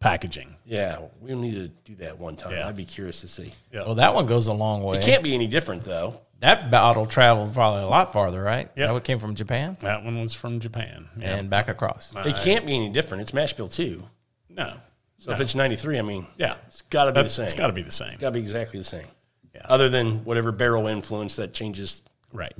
B: packaging.
A: Yeah, we need to do that one time.
B: Yeah.
A: I'd be curious to see.
C: Well, that one goes a long way.
A: It can't be any different though.
C: that bottle traveled probably a lot farther, right?
B: Yep.
C: That one came from Japan
B: That one was from Japan. Yeah.
C: and back across.
A: It can't be any different. It's mash bill too.
B: no.
A: So if it's ninety three, I mean,
B: Yeah.
A: it's got to be the
B: That's-
A: same.
B: It's got to be the same.
A: got to be exactly the same.
B: Yeah.
A: other than whatever barrel influence that changes
B: Right.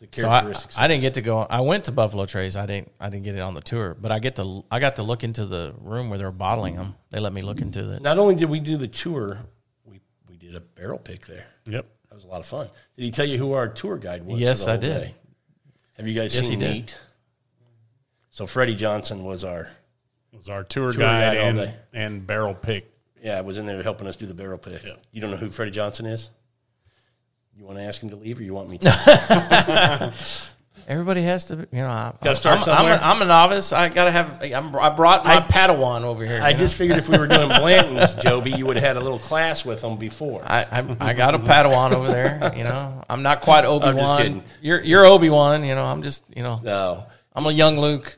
A: the
C: So I,
A: characteristics.
C: I didn't get to go. I went to Buffalo Trace. I didn't. I didn't get it on the tour, but I get to. I got to look into the room where they were bottling them. They let me look into the
A: Not only did we do the tour, we we did a barrel pick there.
B: Yep.
A: That was a lot of fun. Did he tell you who our tour guide was? for
C: Yes,
A: the
C: I
A: whole
C: did.
A: day? Have you guys
C: Yes,
A: seen
C: he did.
A: Neat? So Freddie Johnson was our
B: It was our tour,
A: Tour guide
B: guide,
A: all
B: and,
A: day.
B: and barrel pick.
A: yeah was in there helping us do the barrel pick. You don't know who Freddie Johnson is? You want to ask him to leave, or you want me to?
C: Everybody has to, be- you know. I,
A: Gotta start
C: I'm,
A: somewhere.
C: I'm a, I'm a novice. I gotta have. I'm, I brought my Padawan over here.
A: I
C: you know?
A: just figured if we were doing Blanton's, Joby, you would have had a little class with him before.
C: I, I I got a Padawan over there. You know, I'm not quite Obi
A: kidding.
C: Wan. You're you're Obi Wan. You know, I'm just you know
A: No,
C: I'm a young Luke.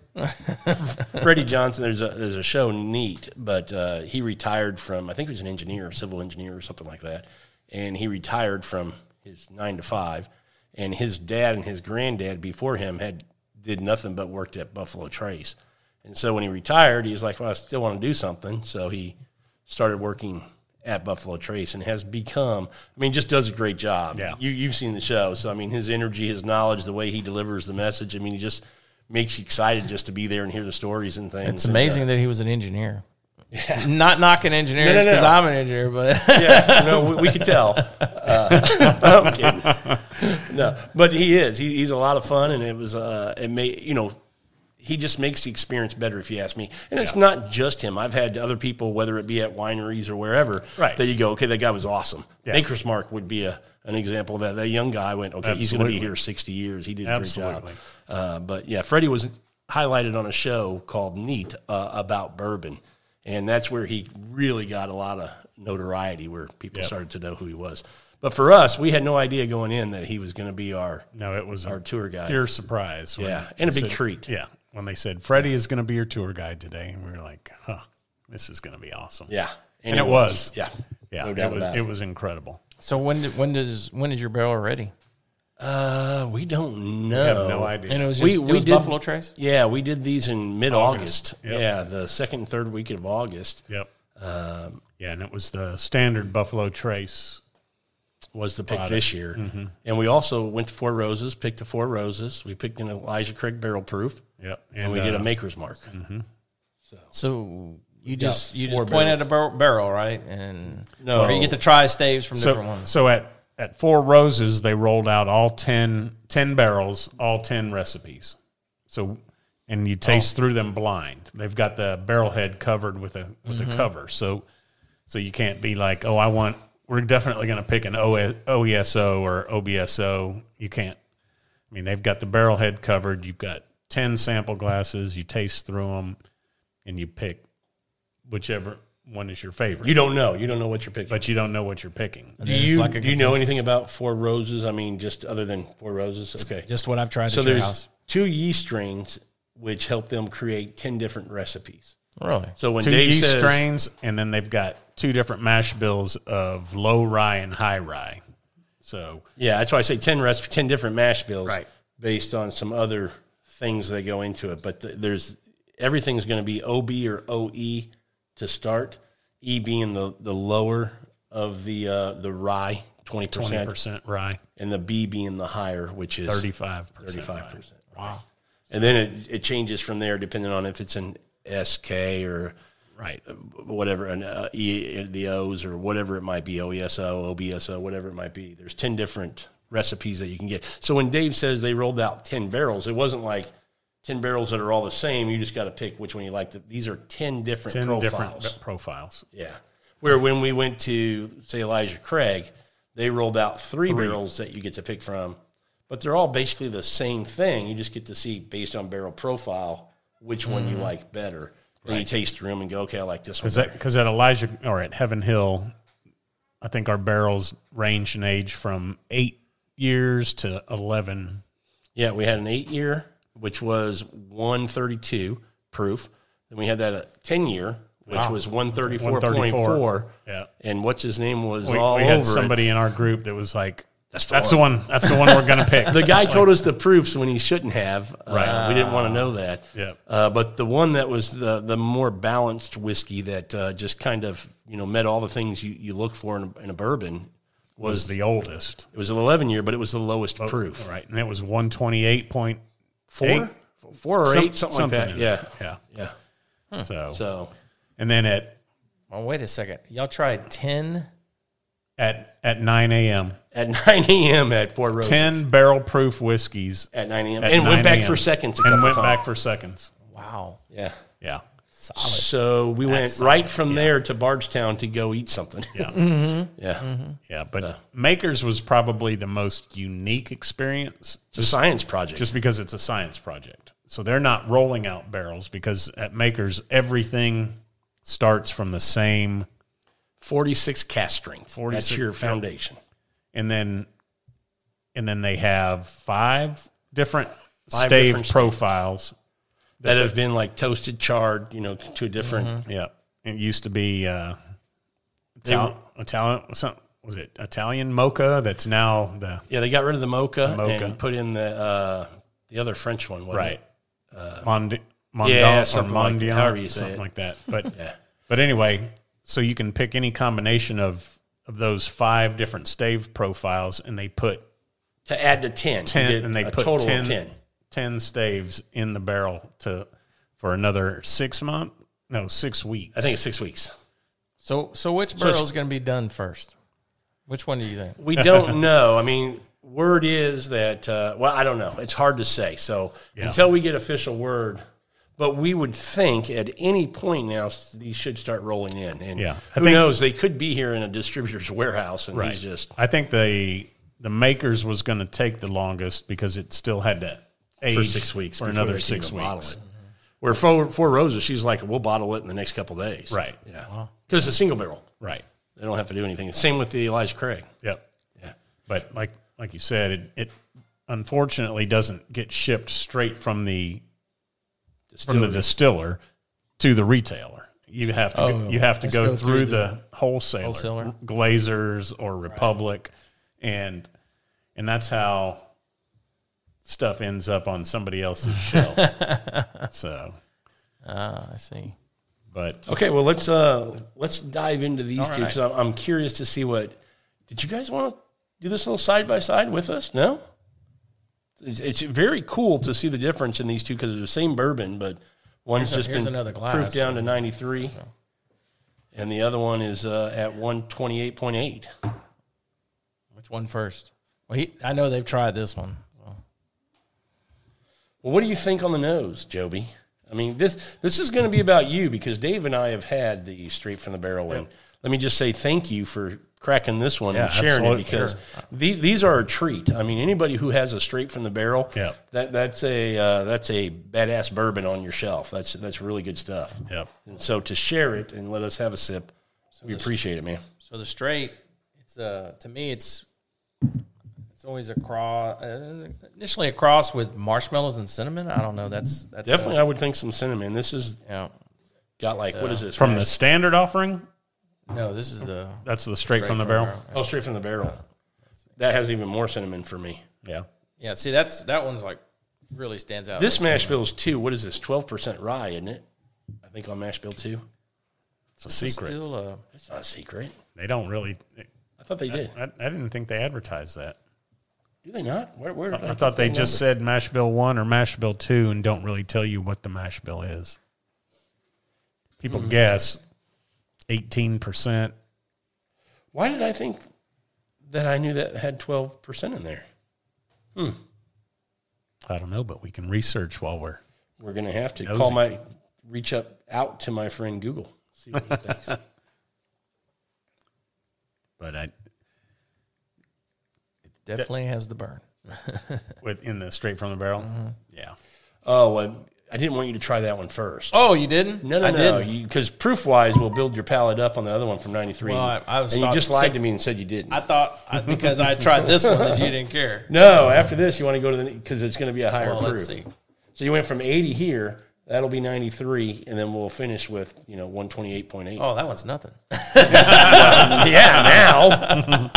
A: Freddie Johnson. There's a there's a show Neat, but uh, he retired from I think he was an engineer, civil engineer or something like that, and he retired from his nine to five. And his dad and his granddad before him had did nothing but worked at Buffalo Trace, and so when he retired, he's like, "Well, I still want to do something," so he started working at Buffalo Trace and has become. I mean, just does a great job.
B: Yeah.
A: you you've seen the show, so I mean, his energy, his knowledge, the way he delivers the message. I mean, he just makes you excited just to be there and hear the stories and things.
C: It's amazing that he was an engineer. Not knocking engineers
A: No, no, no.
C: because I'm an engineer, but
A: yeah, no, we, we could tell. Uh, I'm kidding. No, but he is. He, he's a lot of fun, and it was. Uh, it may you know. He just makes the experience better, if you ask me. And it's not just him. I've had other people, whether it be at wineries or wherever,
B: Right.
A: that you go, okay, that guy was awesome.
B: Yeah.
A: Maker's Mark would be a, an example of that. That young guy went, okay, he's going to be
B: Absolutely.
A: here 60 years. He did a
B: Absolutely.
A: great job. Uh, but yeah, Freddie was highlighted on a show called Neat uh, about bourbon, and that's where he really got a lot of notoriety, where people started to know who he was. But for us, we had no idea going in that he was going to be our
B: No, it was
A: our tour guide.
B: pure surprise. when
A: Yeah, and a
B: they
A: big
B: said-
A: treat.
B: Yeah, when they said Freddie is going to be your tour guide today, and we were like, "Huh, this is going to be awesome."
A: Yeah,
B: and, it was.
A: Yeah,
B: yeah,
A: no doubt
B: it was.
A: about
B: It
A: it.
B: was incredible.
C: so when did, when does when is your barrel ready?
A: Uh, we don't know.
B: I have no idea.
C: And it was just,
A: We-
C: it
A: we
C: was
A: did-
C: Buffalo Trace.
A: Yeah, we did these in mid August.
B: Yep.
A: Yeah, the second and third week of August
B: Yep.
A: um,
B: yeah, and it was the standard Buffalo Trace.
A: was the pick this year.
C: Mm-hmm.
A: And we also went to Four Roses, picked the Four Roses. We picked an Elijah Craig Barrel Proof,
B: Yep,
A: and, we did a
B: uh,
A: Maker's Mark.
C: Mm-hmm. So you just you
A: four
C: just point at a barrel, barrel, right? And
A: No.
C: or you get to try staves from different
B: so,
C: ones.
B: so at at Four Roses, they rolled out all 10, 10 barrels, all ten recipes. So, and you
C: Oh.
B: taste through them blind. They've got the barrel head covered with a with
C: Mm-hmm.
B: a cover. So, so you can't be like, oh, I want. We're definitely going to pick an O- OESO or OBSO. You can't. I mean, they've got the barrel head covered. You've got ten sample glasses. You taste through them, and you pick whichever one is your favorite.
A: You don't know. You don't know what you're picking.
B: but you don't know what you're picking.
A: do you,
C: like a
A: do you know
C: consensus.
A: anything about Four Roses? I mean, just other than Four Roses? Okay.
C: Just what I've tried
A: so
C: at your
A: there's
C: house.
A: two yeast strains which help them create 10 different recipes.
C: Really?
A: So when
B: two
A: Dave
B: yeast
A: says,
B: strains, and then they've got two different mash bills of low rye and high rye. So
A: yeah, that's why I say 10 recipe, 10 different mash bills
B: Right.
A: based on some other things that go into it. But th- there's everything's going to be OB or OE to start, E being the, the lower of the uh, the rye, 20%,
B: twenty percent rye,
A: and the B being the higher, which is
B: thirty-five percent,
A: 35%. Wow. And then it, it changes from there depending on if it's an SK or
B: Right.
A: whatever, an uh, e, the O's or whatever it might be, E OESO, OBSO, whatever it might be. There's 10 different recipes that you can get. So when Dave says they rolled out 10 barrels, it wasn't like 10 barrels that are all the same. You just got to pick which one you like. These are 10 different
B: Ten
A: profiles.
B: different profiles.
A: Yeah. Where when we went to say Elijah Craig, they rolled out three, barrels that you get to pick from, but they're all basically the same thing. You just get to see based on barrel profile which one you like better. Then you taste through 'em and go, okay, I like this one.
B: Mm-hmm. Is that because at Elijah or at Heaven Hill, I think our barrels range in age from eight years to eleven.
A: yeah, we had an eight year, which was one thirty two proof. Then we had that a ten year, which was one thirty four point four.
B: 134. Yeah.
A: And what's his name was
B: We,
A: all
B: we
A: over
B: had
A: it.
B: somebody in our group that was like, "That's
A: the
B: the, one. That's the one we're gonna pick."
A: the guy told us the proofs when he shouldn't have. Right.
B: Right.
A: we didn't want to know that.
B: Yeah.
A: Uh, but the one that was the the more balanced whiskey that uh, just kind of you know met all the things you, you look for in a, in a bourbon
B: was the oldest.
A: It was an 11 year, but it was the lowest proof.
B: Oh, Right. And it was 128.4.
A: Four, four or eight, something, like that. Yeah, Hmm.
B: Yeah.
A: yeah.
B: So,
A: So
B: and then at,
C: Well, wait a second. Y'all tried 10?
B: at, at 9 a.m.,
A: at 9 a.m. at Four Roses.
B: 10 barrel proof whiskeys
A: at 9 a.m.
B: at
A: and
B: 9
A: went back
B: a.m.
A: for seconds. A
B: and
A: couple
B: went
A: times.
B: back for seconds.
C: Wow.
A: Yeah.
B: Yeah.
C: Solid.
A: So we went right from there to Bardstown to go eat something. Yeah.
B: Mm-hmm.
A: Yeah.
B: Yeah. But Makers was probably the most unique experience
A: It's a science project.
B: just because it's a science project. So they're not rolling out barrels because at Makers, everything starts from the same.
A: 46 cast strength. 46,
B: 46
A: That's your foundation.
B: And then, and then they have five different
A: Five
B: stave
A: different staves.
B: profiles.
A: That have been like toasted, charred, you know, to a different.
B: Yeah. It used to be uh, Ital- Italian, some- was it Italian mocha that's now the,
A: Yeah, they got rid of the mocha,
B: Mocha.
A: and put in the uh, the other French one. wasn't
B: right.
A: it?
B: Mondi- Mondial
A: Uh, yeah,
B: or
A: something like-
B: Mondial,
A: however you say
B: something
A: it.
B: like that. But
A: Yeah.
B: but anyway, so you can pick any combination of of those five different stave profiles, and they put
A: To add to 10.
B: ten,
A: You did
B: and they
A: a
B: put
A: total
B: 10,
A: of 10.
B: 10 staves in the barrel to for another six month, no six weeks.
A: I think it's six weeks.
C: So, so which
A: it's-
C: barrel's going to be done first? Which one do you think?
A: We don't know. I mean, word is that, uh, well, I don't know. It's hard to say. So until we get official word, but we would think at any point now s- these should start rolling in. And
B: Yeah.
A: who
B: I think-
A: knows? They could be here in a distributor's warehouse and he's just
B: I think the the makers was going to take the longest because it still had to age
A: for six weeks
B: for
A: before
B: another
A: they can
B: six
A: even
B: weeks.
A: bottle it. Where Four, Four Roses, she's like, we'll bottle it in the next couple days.
B: Right.
A: Yeah. Because it's a single barrel.
B: Right.
A: They don't have to do anything. Same with the Elijah Craig.
B: Yep.
A: Yeah.
B: But like like you said, it, it unfortunately doesn't get shipped straight from the from the distiller to the retailer. You have to
C: Oh,
B: you have to
C: let's
B: go,
C: go
B: through,
C: through
B: the, wholesaler,
C: wholesaler.
B: Glazers or Republic, and and that's how stuff ends up on somebody else's shelf. so,
C: Ah, I see.
B: but
A: Okay, well let's uh let's dive into these 2 because I'm, I'm curious to see what. Did you guys want to do this little side by side with us? No. It's, it's very cool to see the difference in these two because they're the same bourbon, but one's
C: Here's a-
A: just
C: here's
A: been
C: another glass.
A: proofed down to 93, and the other one is uh, at 128.8.
C: Which one first? Well, he, I know they've tried this one. So.
A: Well, what do you think on the nose, Joby? I mean, this this is going to be about you because Dave and I have had the straight from the barrel one. Let me just say thank you for cracking this one
B: Yeah,
A: and sharing
B: absolutely.
A: it because the- these are a treat. I mean, anybody who has a straight from the barrel,
B: Yeah.
A: that that's a uh, that's a badass bourbon on your shelf. That's that's really good stuff.
B: Yep.
A: And so to share it and let us have a sip, we appreciate it, man.
C: So the straight, it's uh to me it's it's always a cross uh, initially a cross with marshmallows and cinnamon. I don't know. That's that's uh,
A: Definitely, I would think some cinnamon. This has
C: yeah.
A: got like what is this
B: from the
A: Mash-
B: standard offering,
C: No, this is the
B: that's the straight, from the barrel.
A: oh straight from the barrel. That has even more cinnamon for me.
B: Yeah.
C: Yeah, see that's that one's like really stands out.
A: This mash bill is two. What is this? Twelve percent rye, isn't it? I think on mash bill two.
B: It's a secret.
C: still uh,
A: That's not a secret.
B: they don't really.
A: I thought they did.
B: I, I didn't think they advertised that.
A: Do they not? Where? where
B: I thought they just said mash bill one or mash bill two and don't really tell you what the mash bill is. People guess eighteen percent.
A: Why did I think that I knew that had twelve percent in there?
B: I don't know, but we can research while we're
A: We're gonna have to call my reach up out to my friend Google. See what he thinks.
B: but I
C: definitely has the burn.
B: with in the straight from the barrel. Yeah.
A: oh, well, I didn't want you to try that one first.
C: Oh, you didn't?
A: No, no,
C: I
A: no.
C: Didn't.
A: Because proof wise, we'll build your palate up on the other one from '93.
C: Well, I- I was
A: and you
C: thought-
A: just lied
C: said-
A: to me and said you didn't.
C: I thought I, because I tried this one that you didn't care.
A: no, after this, you want to go to the because it's going to be a higher
C: Well,
A: proof.
C: let's see.
A: So you went from 80 here, that'll be 93, and then we'll finish with, you know, 128.8.
C: Oh, that one's nothing.
A: yeah, now.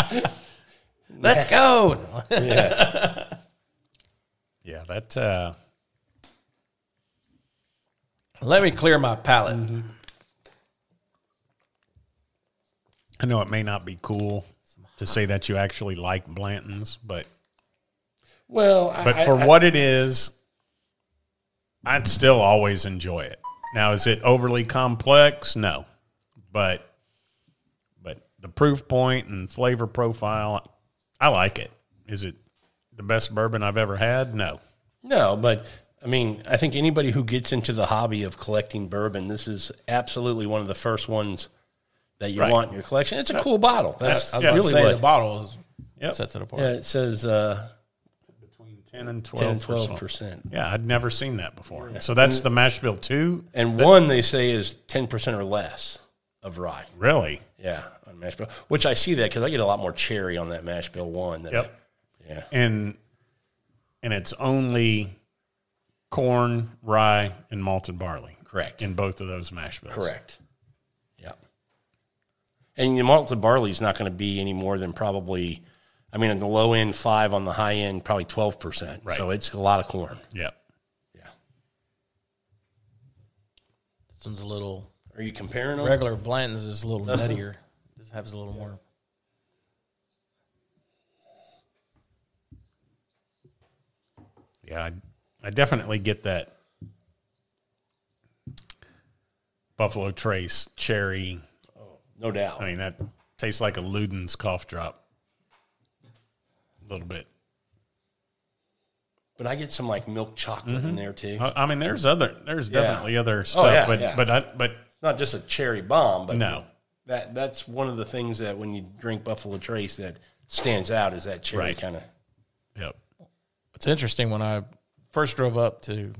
C: Let's go.
B: Yeah, that uh
C: Let me clear my palate.
A: Mm-hmm.
B: I know it may not be cool to say that you actually like Blanton's, but
A: Well,
B: but for what it is, I'd still always enjoy it. Now, is it overly complex? No, but but the proof point and flavor profile, I like it. Is it the best bourbon I've ever had? No,
A: No, but I mean, I think anybody who gets into the hobby of collecting bourbon, this is absolutely one of the first ones that you
B: Right.
A: want in your collection. It's a cool bottle. That's,
C: I was
B: yeah.
C: really
A: really
C: say the
A: what.
C: bottle is,
B: Yep.
C: sets it apart.
A: Yeah, it says uh,
B: ten and twelve,
A: 10 and 12
B: percent.
A: percent.
B: Yeah, I'd never seen that before. So that's the mash bill two,
A: And one, they say, is 10% or less of rye.
B: really.
A: Yeah, on mash bill, which I see that because I get a lot more cherry on that mash bill one. Than
B: Yep.
A: Yeah.
B: And and it's only corn, rye, and malted barley.
A: Correct.
B: In both of those mash bills.
A: Correct. Yeah. And your malted barley is not going to be any more than probably, I mean, on the low end five, on the high end probably twelve percent.
B: Right.
A: So it's a lot of corn.
B: Yep.
A: Yeah.
C: This one's a little
A: Are you comparing them?
C: regular Blanton's is a little
A: That's the-
C: nuttier. This has a little more.
B: Yeah, I, I definitely get that Buffalo Trace cherry.
A: Oh, No doubt.
B: I mean, that tastes like a Luden's cough drop. A little bit.
A: but I get some like milk chocolate in there too.
B: I, I mean, there's other, there's
A: Yeah. Oh,
B: definitely other stuff,
A: yeah,
B: but
A: yeah.
B: but I, but
A: Not just a cherry bomb, but
B: no,
A: that that's one of the things that when you drink Buffalo Trace that stands out is that cherry
B: Right.
A: kind of.
B: yep,
C: It's interesting when I first drove up to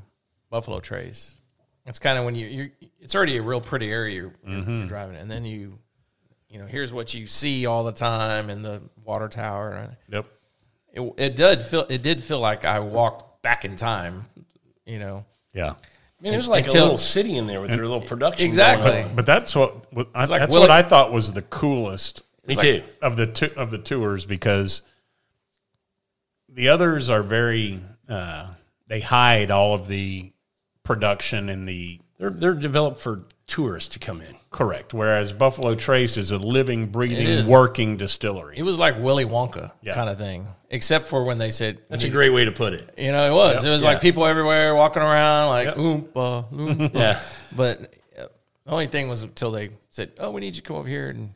C: Buffalo Trace. It's kind of when you you it's already a real pretty area you're, you're
A: Mm-hmm.
C: driving, in. and then you you know here's what you see all the time in the water tower. and
B: yep,
C: It it did feel it did feel like I walked back in time, you know.
B: yeah.
A: I mean, there's like
C: Until-
A: a little city in there with their little production.
C: Exactly.
A: Going on.
B: But that's what, what I,
C: like
B: that's
C: Willi-
B: what I thought was the coolest
A: Me too.
B: of the two, of the tours because the others are very uh, they hide all of the production and the
A: They're they're developed for tourists to come in.
B: correct. Whereas Buffalo Trace is a living, breathing,
C: is.
B: working distillery.
C: It was like Willy Wonka
B: Yeah.
C: kind of thing, except for when they said
A: That's a great way to put it.
C: You know, it was. It was
A: Yeah.
C: like people everywhere walking around, like oompa, loompa.
A: Yeah.
C: But uh, the only thing was until they said, "Oh, we need you to come over here and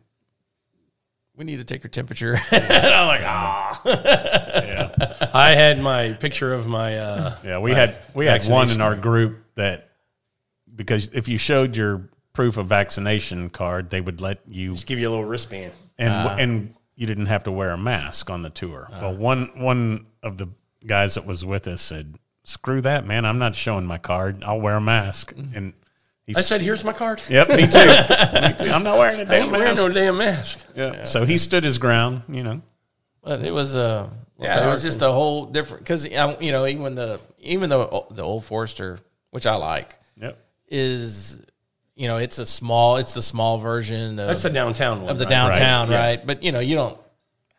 C: we need to take your temperature." and I'm like, "Ah,
A: I had my picture of my. Uh,
B: Yeah, we had we had one in our group that because if you showed your proof of vaccination card, they would let you
A: Just give you a little wristband.
B: and
A: Ah.
B: and you didn't have to wear a mask on the tour. well, one one of the guys that was with us said, "Screw that, man! I'm not showing my card. I'll weard a mask."
A: Mm-hmm.
B: And he
A: I
B: said,
A: said, "Here's my card."
B: "Yep, me too. Me too. I'm not wearing a
A: I ain't
B: damn
A: wearing
B: mask."
A: no damn mask.
B: Yeah. So he stood his ground. You know,
C: But it was uh, yeah, it was just a whole different because you know even the even the the old Forester, which I like,
B: yep,
C: is you know it's a small it's the small version of
A: That's the downtown one
C: of the
A: right?
C: downtown,
A: Yeah.
C: right? But you know you don't.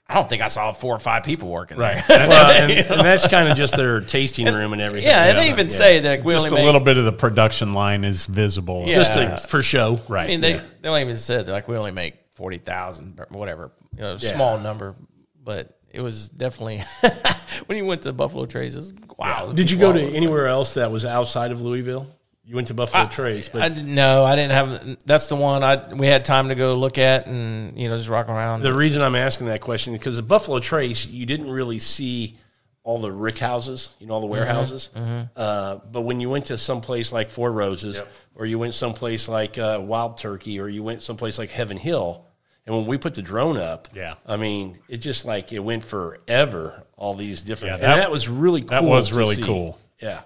C: I don't think I saw four or five people working there.
B: right. Just
A: Well, and, and that's kind of just their tasting room and everything.
C: Yeah, and they even say that we
B: a
C: only make,
B: little bit of the production line is visible.
C: Yeah.
A: just to, for show,
B: right.
C: I mean, they they only even said like we only make forty thousand or whatever, you know, small number, but it was definitely when you went to Buffalo Trace. it was- Wow,
A: Did you go to anywhere else that was outside of Louisville? You went to Buffalo Trace, but
C: I didn't know. I didn't have. That's the one I we had time to go look at and you know just rock around.
A: the reason I'm asking that question because at Buffalo Trace, you didn't really see all the rick houses, you know,
B: Mm-hmm.
A: all the warehouses. Uh, but when you went to some place like Four Roses, or you went someplace like uh, Wild Turkey, or you went someplace like Heaven Hill, and when we put the drone up,
B: Yeah.
A: I mean, it just like it went forever. All these different,
B: Yeah, that-
A: and that was really cool.
B: that was
A: to
B: really
A: see.
B: cool.
A: Yeah,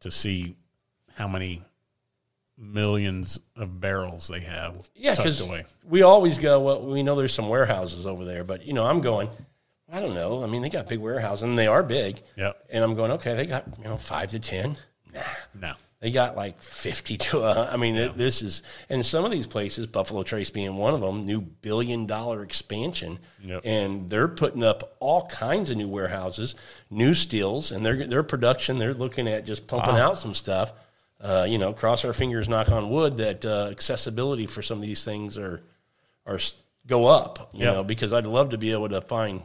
B: to see how many millions of barrels they have
A: yeah,
B: tucked
A: because
B: away.
A: we always go. Well, we know there's some warehouses over there, but you know, I'm going. I don't know. I mean, they got big warehouses, and they are big.
B: Yep.
A: And I'm going, okay, they got, you know, five to 10. Nah.
B: No.
A: They got like 50 to, uh, I mean, th- this is, and some of these places, Buffalo Trace being one of them, new billion dollar expansion.
B: Yep.
A: And they're putting up all kinds of new warehouses, new stills, and their, their production, they're looking at just pumping out some stuff. Uh, you know, cross our fingers, knock on wood, that uh, accessibility for some of these things are, are s- go up, you
B: Yeah.
A: know, because I'd love to be able to find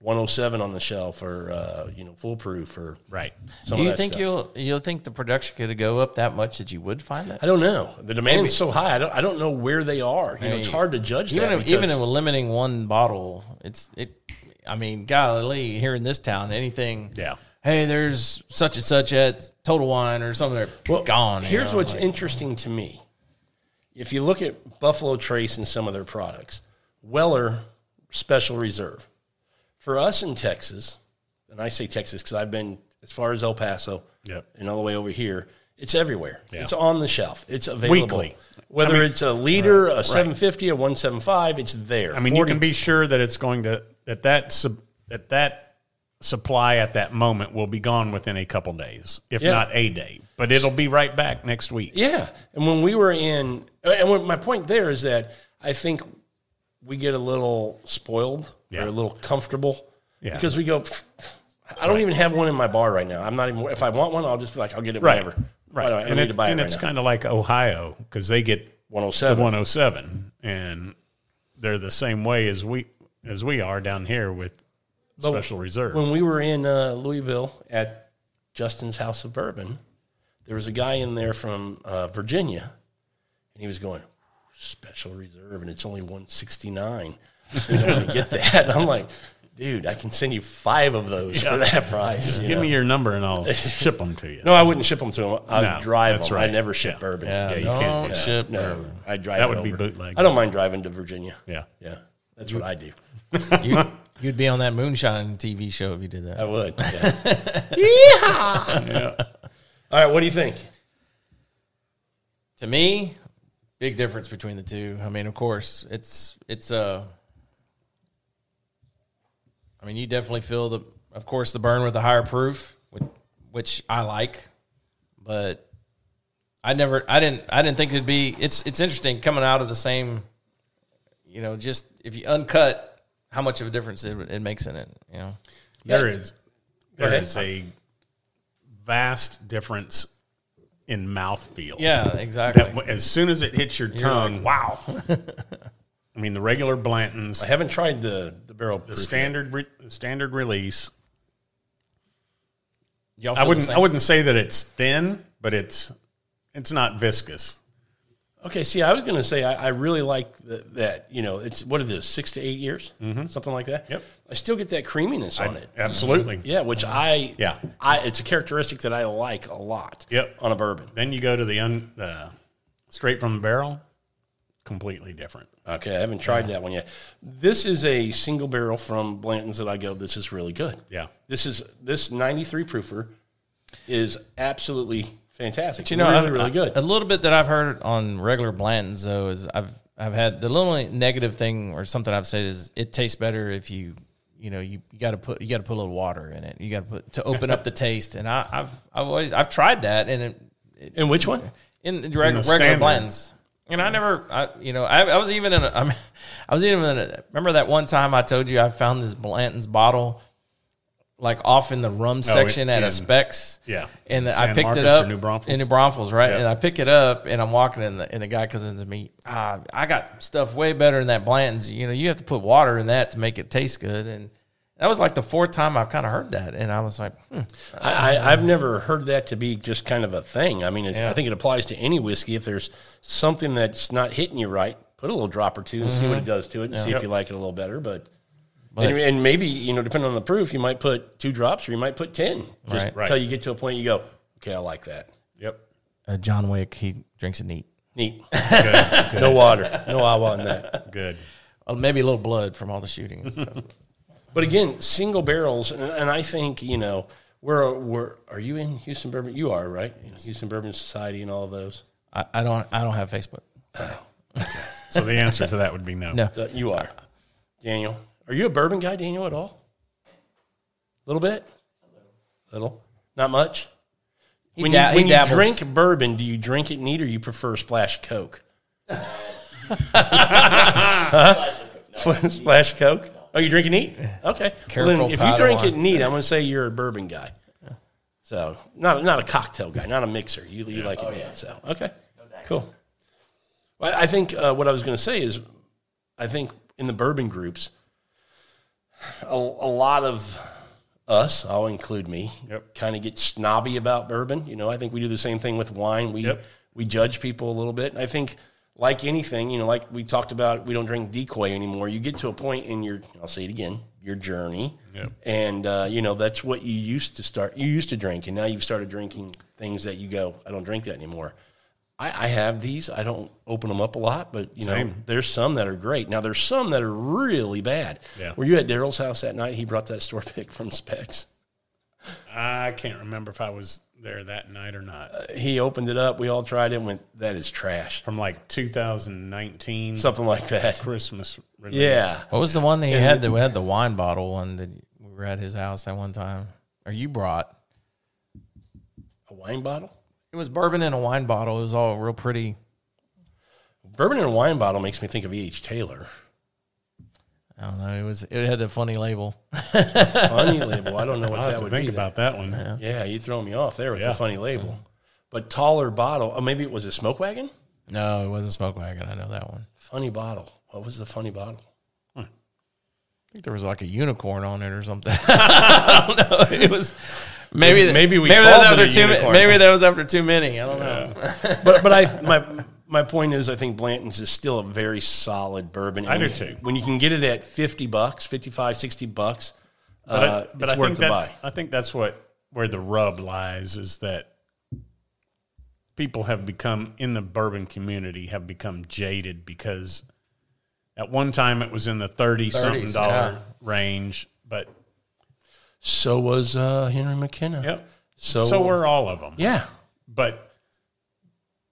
A: 107 on the shelf or, uh, you know, foolproof or
B: Right.
A: some
C: Do
A: of
C: you
A: that
C: think
A: stuff.
C: you'll you'll think the production could go up that much that you would find that?
A: I don't know. The demand's
C: Maybe.
A: so high. I don't, I don't know where they are. You know, it's
C: mean,
A: hard to judge
C: even
A: that.
C: if, even if
A: because-
C: limiting one bottle, it's it. I mean, golly, here in this town, anything.
B: Yeah.
C: Hey, there's such and such at Total Wine or something. Well, gone. you
A: Here's
C: know,
A: what's
C: like-
A: interesting to me. If you look at Buffalo Trace and some of their products, Weller Special Reserve. For us in Texas, and I say Texas because I've been as far as El Paso
B: Yep.
A: and all the way over here, it's everywhere.
B: Yeah.
A: It's on the shelf. It's available.
B: Weekly.
A: Whether it's a liter, a 750, a 175, it's there.
B: I mean, you can be sure that it's going to that that sub, that that supply at that moment will be gone within a couple days, if
A: Yeah.
B: not a day. But it'll be right back next week.
A: Yeah, and when we were in, and when, my point there is that I think we get a little spoiled
B: Yeah.
A: or a little comfortable
B: Yeah.
A: because we go. "Pff, I don't even have one in my bar right now. I'm not even. If I want one, I'll just be like, I'll get it
B: Right.
A: whenever.
B: Right.
A: I don't, I don't
B: and
A: need
B: it-
A: to buy it
B: and
A: right
B: it's
A: now.
B: kind of like Ohio because they get
A: One hundred
B: the
A: seven.
B: 107 and they're the same way as we as we are down here with special reserve.
A: When we were in uh, Louisville at Justin's House of Bourbon, there was a guy in there from uh, Virginia, and he was going special reserve, and it's only one sixty nine. You don't want to get that. And I'm like, dude, I can send you five of those for that price. you
B: Give
A: know?
B: me your number and I'll ship them to you.
A: no, I wouldn't ship them to him. I'd
B: No,
A: drive
B: that's
A: them. I
B: right.
A: never ship bourbon.
C: Yeah,
B: you
C: don't
B: can't do that.
C: ship.
A: No, I drive.
B: That
A: it
B: would be
A: over.
B: bootleg.
A: I don't mind driving to Virginia.
B: Yeah.
A: yeah, that's what I do.
C: You, you'd be on that moonshine TV show if you did that.
A: I would. Yeah. Yeehaw! All right, what do you think?
C: to me, big difference between the two. I mean, of course, it's it's uh I mean, you definitely feel the of course the burn with the higher proof, which, which I like, but I never I didn't I didn't think it'd be it's it's interesting coming out of the same you know, just if you uncut how much of a difference it, it makes in it, you know.
B: There is there
A: ahead.
B: is a vast difference in mouthfeel.
C: Yeah, exactly.
B: That w- as soon as it hits your tongue, wow. I mean, the regular Blantons,
A: I haven't tried the the barrel
B: the
A: proof.
B: standard re- the standard release.
C: Y'all
B: I
C: feel the
B: wouldn't
C: same?
B: I wouldn't say that it's thin, but it's it's not viscous.
A: Okay, see, I was going to say I, I really like th- that. You know, it's what are those six to eight years, something like that.
B: Yep.
A: I still get that creaminess on it.
B: Absolutely.
A: Yeah, which I
B: Yeah.
A: I it's a characteristic that I like a lot.
B: Yep.
A: on a bourbon.
B: Then you go to the un, uh, straight from the barrel, completely different.
A: Okay, I haven't tried that one yet. This is a single barrel from Blanton's that I go. This is really good.
B: Yeah.
A: this is this ninety three proofer is absolutely fantastic.
C: you know,
A: really,
C: I-
A: really good.
C: A little bit that I've heard on regular Blantons though is I've I've had the little negative thing or something I've said is it tastes better if you you know you, you got to put you got to put a little water in it. You got to put to open up the taste. And I, I've I've always I've tried that and it, it,
A: and which one?
C: in the reg-
B: the
C: regular
B: standard.
C: Blantons. And I never, I, you know, I, I was even in a, I'm, I was even in a, remember that one time I told you I found this Blanton's bottle like off in the rum section at a
B: Oh, in-
C: Specs.
B: yeah.
C: And
B: San
C: I picked
B: Marcos
C: it
B: or
C: up
B: New Braunfels?
C: in New Braunfels, right?
B: Yeah.
C: And I pick it up and I'm walking in the, and the guy comes into me, ah, I got stuff way better than that Blanton's. You know, you have to put water in that to make it taste good. And that was like the fourth time I've kind of heard that. And I was like, hmm,
A: I, I, I've never heard that to be just kind of a thing. I mean, it's, I think it applies to any whiskey. If there's something that's not hitting you right, put a little drop or two and
B: Mm-hmm.
A: see what it does to it and see if you like it a little better. But, and, and maybe, you know, depending on the proof, you might put two drops or you might put 10 just
C: Right.
B: Right.
A: until you get to a point you go, okay, I like that.
B: Yep.
C: uh, John Wick, he drinks it neat.
A: Neat.
B: Good.
A: No water, no agua on that.
B: good.
C: Oh, maybe a little blood from all the shooting and stuff.
A: But again, single barrels, and, and I think you know we're we're are you in Houston Bourbon? You are right, in Houston Bourbon Society and all of those.
C: I, I don't. I don't have Facebook.
B: So the answer to that would be no.
C: No.
A: Uh, You are, Daniel. Are you a bourbon guy, Daniel, at all? A little bit, little, not much. When
C: dab-
A: you,
C: he
A: when you
C: dabbles.
A: drink bourbon, do you drink it neat or you prefer splash coke? Huh? splash coke. Oh, you drink it neat? Okay. Well, then
C: Careful,
A: if you
C: Padawan.
A: drink it neat, I'm going to say you're a bourbon guy. So not not a cocktail guy, not a mixer. You, you like it neat. So okay, cool. Well, I think uh, what I was going to say is I think in the bourbon groups, a, a lot of us, I'll include me,
B: Yep.
A: kind of get snobby about bourbon. You know, I think we do the same thing with wine. We
B: Yep.
A: we judge people a little bit. And I think like anything, you know, like we talked about, we don't drink decoy anymore. You get to a point in your, I'll say it again, your journey,
B: Yep.
A: and uh, you know that's what you used to start. You used to drink, and now you've started drinking things that you go, I don't drink that anymore. I, I have these. I don't open them up a lot, but you know,
B: Same.
A: there's some that are great. Now there's some that are really bad.
B: Yeah.
A: Were you at Daryl's house that night? He brought that store pick from Specs.
B: I can't remember if I was there that night or not.
A: He opened it up. We all tried it. and Went that is trash.
B: From like 2019
A: Something like that.
B: Christmas release.
A: Yeah.
C: What was the one that he had that we had the wine bottle one that we were at his house that one time? Or you brought?
A: A wine bottle.
C: It was bourbon in a wine bottle. It was all real pretty.
A: Bourbon in a wine bottle makes me think of E.H. Taylor.
C: I don't know. It was it had a funny label.
A: Funny label. I don't know what
B: I'll have
A: that
B: to
A: would
B: think
A: be.
B: about that one.
A: Yeah, you throw me off there with
B: Yeah.
A: the funny label. But taller bottle. Oh, maybe it was a smoke wagon.
C: No, it wasn't smoke wagon. I know that one. I
A: Funny bottle. What was the funny bottle?
C: think there was like a unicorn on it or something. I don't know. It was maybe
A: Maybe we
C: maybe that was
A: called it
C: after
A: a
C: too many.
A: unicorn.
C: Maybe that was after too many. I don't know.
A: but but I my my point is I think Blanton's is still a very solid bourbon.
B: I do
A: And
B: too.
A: When you can get it at 50 bucks, 55, 60 bucks,
B: But,
A: uh,
B: but
A: it's
B: I
A: worth
B: think
A: the
B: that's
A: buy.
B: I think that's what where the rub lies is that people have become in the bourbon community have become jaded because at one time it was in the thirty something
C: 30s,
B: dollar
C: yeah.
B: range, but
A: So was uh, Henry McKenna.
B: yep.
A: So-
B: so were all of them.
A: Yeah.
B: but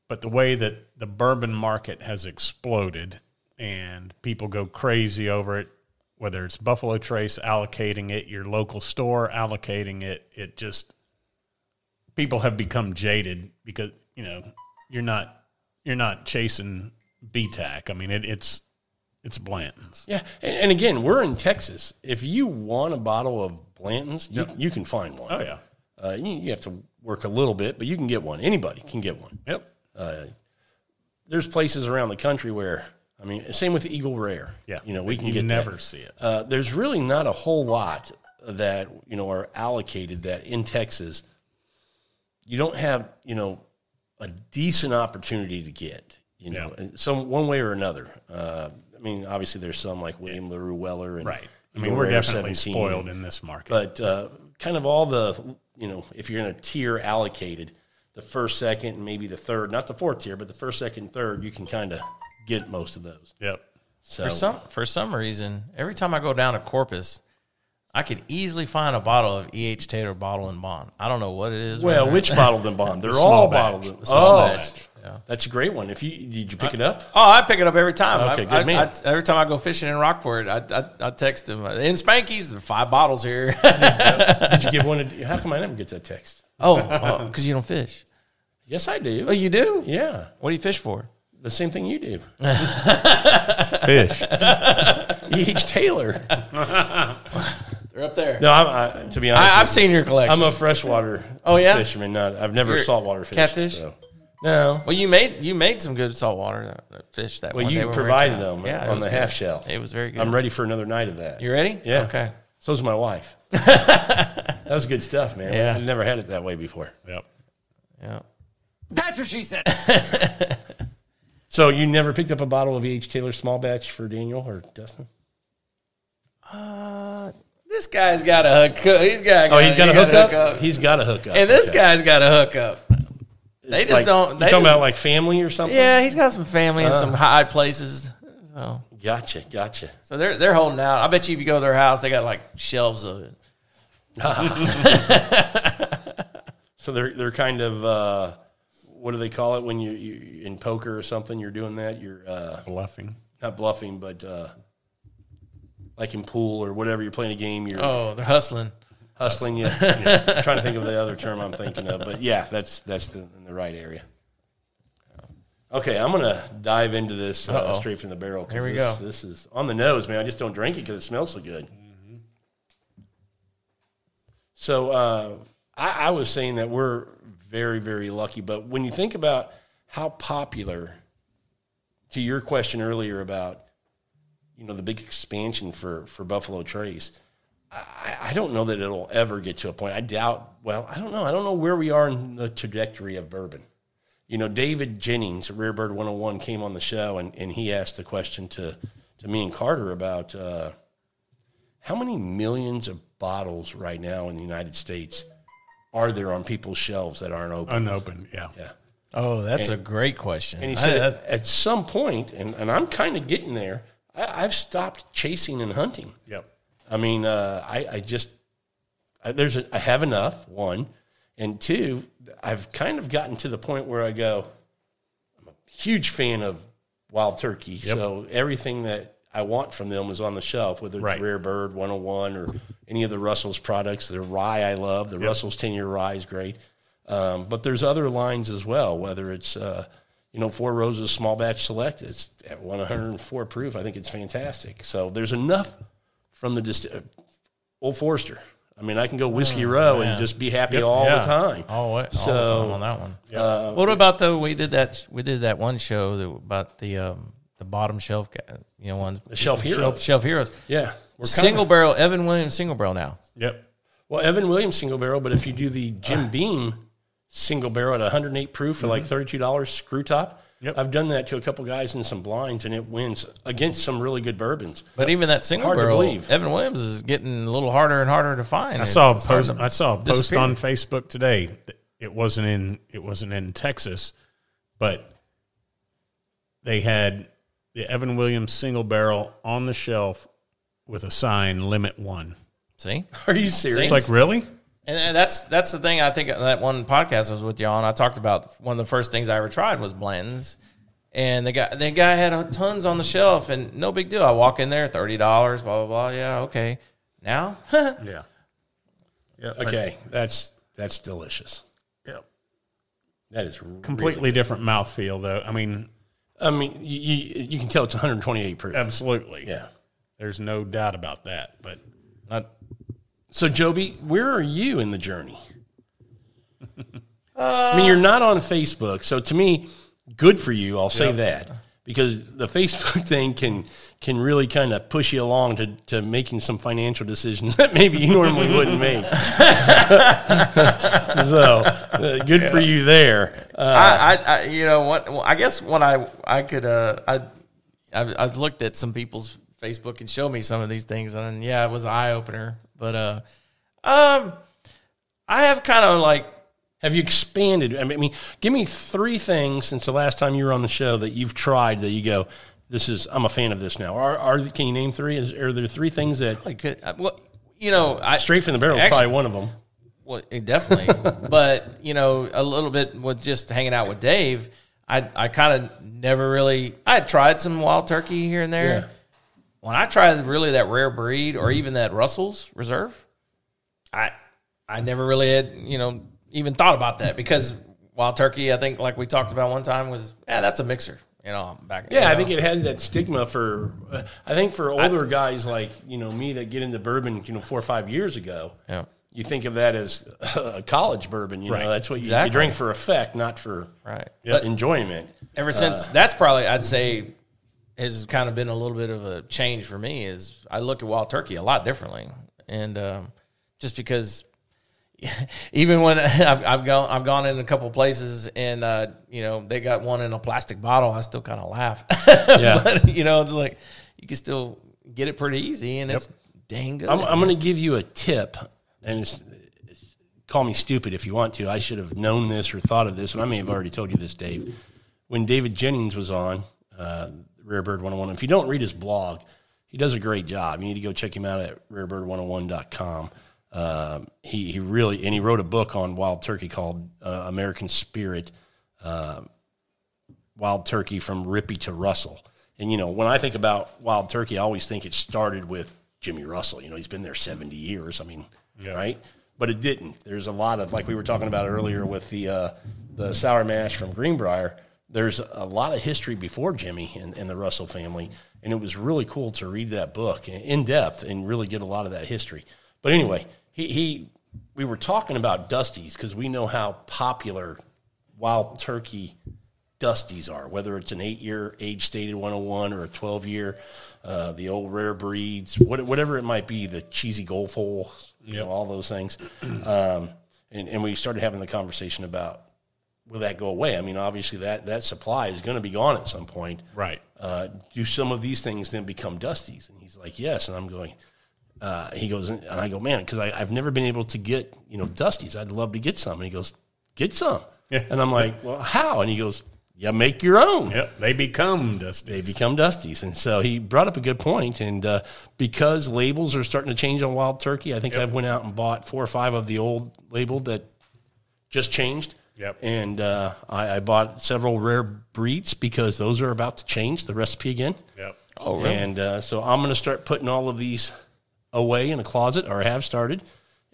B: but the way that the bourbon market has exploded and people go crazy over it whether it's buffalo trace allocating it your local store allocating it it just people have become jaded because you know you're not you're not chasing btac i mean it, it's it's blanton's
A: Yeah. And, and again, we're in Texas. If you want a bottle of Blanton's, you, you can find one.
B: oh yeah
A: Uh, you, you have to work a little bit, but you can get one. Anybody can get one.
B: yep
A: There's places around the country where, I mean, same with Eagle Rare.
B: yeah
A: You know, we can
B: you
A: get that.
B: never see it
A: Uh, there's really not a whole lot that you know are allocated that in Texas. You don't have you know a decent opportunity to get you know
B: Yeah.
A: and some one way or another. Uh, I mean, obviously there's some like William Larue Weller and
B: right i
A: Eagle
B: mean we're
A: Rare
B: definitely
A: 17,
B: spoiled in this market
A: but uh, kind of all the you know if you're in a tier allocated, the first, second, and maybe the third, not the fourth tier, but the first, second, third, you can kind of get most of those.
B: yep
A: So
C: For some for some reason, every time I go down to Corpus, I could easily find a bottle of E.H. Taylor bottle and bond. I don't know what it is.
A: Well,
C: man.
A: which bottled and bond? They're
B: small
A: all
B: batch.
A: bottled. In,
C: small
A: oh,
C: batch, yeah.
A: that's a great one. If you did you pick it up?
C: Oh, I pick it up every time.
A: Okay,
C: I,
A: good
C: I-
A: man.
C: I- every time I go fishing in Rockport, I, I, I text him in Spanky's. there are Five bottles here.
A: Did you give one? To, how come I never get that text?
C: oh, because you don't fish.
A: Yes, I
C: Oh,
A: do.
C: you do?
A: Yeah,
C: What do you fish for?
A: the same thing you do.
B: fish
A: E.H. Taylor.
C: They're up there.
A: No, I'm, I, to be honest,
C: I, I've
A: with
C: seen your
A: you,
C: collection.
A: I'm a freshwater.
C: Oh, yeah?
A: fisherman. Not I've never
C: You're
A: saltwater fished.
C: catfish?
A: so. No.
C: well, you made you made some good saltwater uh, fish that.
A: Well,
C: one day
A: you
C: when we were
A: provided
C: out.
A: them
C: Yeah, it
A: on
C: was
A: the
C: good.
A: half shell.
C: It was very good.
A: I'm ready for another night of that.
C: You ready?
A: Yeah.
C: Okay.
A: So's my wife. that was good stuff, man.
C: Yeah.
A: I never had it that way before.
B: yep
C: Yeah.
F: That's what she said.
A: So you never picked up a bottle of E.H. Taylor small batch for Daniel or Dustin?
C: This guy's got a hook. Up. He's got.
A: Oh, he's got a
C: he
A: hookup. He's got a hookup.
C: and this guy's got a hookup. They just
A: You
C: don't. They
A: talking
C: just-
A: about like family or something?
C: Yeah, he's got some family in some high places. So,
A: Gotcha, gotcha.
C: so they're they're holding out. I bet you if you go to their house, they got like shelves of it.
A: So they're they're kind of uh, what do they call it when you, you in poker or something? You're doing that. You're uh,
B: bluffing
A: not bluffing, but uh, like in pool or whatever. You're playing a game. You're
C: Oh, they're hustling.
A: hustling. Yeah, yeah. I'm trying to think of the other term I'm thinking of, but yeah, that's that's the, in the right area. Okay, I'm gonna dive into this uh,
C: Uh-oh.
A: straight from the barrel. 'cause
C: Here we
A: this,
C: go.
A: This is on the nose, man. I just don't drink it because it smells so good. So uh, I, I was saying that we're very, very lucky. But when you think about how popular, to your question earlier about you know the big expansion for for Buffalo Trace. I, I don't know that it'll ever get to a point. I doubt. Well, I don't know. I don't know where we are in the trajectory of bourbon. You know, David Jennings, at Rare Bird 101, came on the show and, and he asked the question to, to me and Carter about uh, how many millions of bottles right now in the United States are there on people's shelves that aren't open?
B: unopened. Yeah.
A: Yeah.
C: Oh, that's a great question.
A: And he
C: I-
A: said,
C: that's-
A: at some point, and, and I'm kind of getting there, I, I've stopped chasing and hunting.
B: Yep.
A: I mean, uh, I, I just I, there's a, I have enough one, and two, I've kind of gotten to the point where I go, I'm a huge fan of wild turkey, so everything that I want from them is on the shelf, whether it's
B: Right.
A: Rare Bird 101 or any of the Russell's products. Their rye I love. The Russell's 10 year rye is great. Um, but there's other lines as well, whether it's, uh, you know, Four Roses Small Batch Select, it's at 104 proof. I think it's fantastic. So there's enough from the dist- Old Forester. I mean, I can
C: Hmm.
A: go Whiskey Row and just be happy all
B: yeah.
A: the time.
C: all, what, all the
A: So-
C: time on that one. what about the we did that we did that one show that, about the um, the bottom shelf guy, you know ones the
A: shelf
C: shelf,
A: heroes.
C: shelf heroes
A: Yeah. We're
C: single barrel Evan Williams single barrel now
B: Yep.
A: Well, Evan Williams single barrel, but if you do the
C: Ah.
A: Jim Beam single barrel at 108 proof for
C: Mm-hmm.
A: like $32 screw top,
B: Yep.
A: I've done that to a couple guys in some blinds and it wins against some really good bourbons.
C: but even that single
A: hard to
C: barrel
A: believe.
C: Evan Williams is getting a little harder and harder to find
B: I saw a
C: It's starting
B: post.
C: to
B: I saw a post
C: disappear.
B: on Facebook today. that It wasn't in. It wasn't in Texas, but they had the Evan Williams single barrel on the shelf with a sign limit one.
C: see
A: Are you serious?
B: It's like really?
C: And and that's that's the thing I think on that one podcast I was with you on. I talked about one of the first things I ever tried was blends, and the guy the guy had a- tons on the shelf, and no big deal. I walk in there, thirty dollars, blah blah blah. Yeah, okay. Now,
B: Yeah.
A: okay, that's that's delicious.
B: Yeah.
A: That is really-
B: Completely different mouthfeel, though. I mean,
A: I mean, you, you, you can tell it's 128 proof.
B: absolutely.
A: Yeah.
B: There's no doubt about that. But
C: not,
A: So, Joby, where are you in the journey? I mean, you're not on Facebook, so to me, good for you. I'll say that because the Facebook thing can can really kind of push you along to, to making some financial decisions that maybe you normally wouldn't make. so, uh, good for you there. Uh,
C: I, I, I you know what? well, I guess when I I could uh I I've, I've looked at some people's Facebook and show me some of these things, and yeah, it was an eye opener. But uh, um, I have kind of like
A: have you expanded? I mean, I mean, give me three things since the last time you were on the show that you've tried that you go, "This is I'm a fan of this now." Are, are can you name three? Is, are there three things that
C: like could I- well, you know, I
A: Straight from the barrel is
C: Actually-
A: probably one of them.
C: Well, it definitely. but you know, a little bit with just hanging out with Dave, I I kind of never really. I had tried some wild turkey here and there.
A: Yeah. Mm-hmm.
C: When I tried really that rare breed or even that Russell's Reserve, I I never really had you know even thought about that because wild turkey, I think like we talked about one time was yeah that's a mixer you know back
A: Yeah,
C: you
A: I
C: know.
A: think it had that stigma for. Uh, I think for older guys like you know me that get into bourbon, you know, four or five years ago,
C: yeah
A: you think of that as a college bourbon. You know, that's what you,
C: Exactly.
A: you drink for effect, not for
C: right
A: enjoyment.
C: ever
A: Uh,
C: since that's probably I'd say has kind of been a little bit of a change for me is I look at wild turkey a lot differently and um, just because even when I've, I've gone I've gone in a couple places and uh, you know they got one in a plastic bottle I still kind of laugh
A: Yeah.
C: but you know it's like you can still get it pretty easy and it's dang good
A: I'm, I'm going to give you a tip, and it's, it's- call me stupid if you want to. I should have known this or thought of this, and I may have already told you this, Dave. When David Jennings was on uh, Rare Bird 101, if you don't read his blog, he does a great job. You need to go check him out at rarebird101.com. Um, he, he really, and he wrote a book on wild turkey called uh, American Spirit wild turkey from Rippy to Russell. And you know, when I think about wild turkey, I always think it started with Jimmy Russell. You know, he's been there seventy years. I mean, right? But it didn't. There's a lot of like we were talking about earlier with the uh, the sour mash from Greenbrier. There's a lot of history before Jimmy and, and the Russell family, and it was really cool to read that book in- in depth and really get a lot of that history. But anyway, he, he we were talking about Dusties because we know how popular wild turkey discussed these are, whether it's an eight year age stated 101 or a 12 year, uh, the old rare breeds, what, whatever it might be, the cheesy golf hole, you know, all those things. Um, and, and we started having the conversation about will that go away? I mean, obviously that, that supply is going to be gone at some point
B: Right.
A: uh, do some of these things then become dusties? And he's like, yes. And I'm going, uh, he goes, and I go, man, because I've never been able to get, you know, dusties. I'd love to get some. And he goes, get some.
B: Yeah.
A: And I'm like, well, how? And he goes, yeah, make your own.
B: Yep. They become dusty.
A: They become dusties. And so he brought up a good point. And uh, because labels are starting to change on wild turkey, I think I went out and bought four or five of the old label that just changed.
B: Yep.
A: And uh, I, I bought several rare breeds because those are about to change the recipe again.
B: Yep.
C: Oh,
A: And uh, so I'm going to start putting all of these away in a closet, or have started.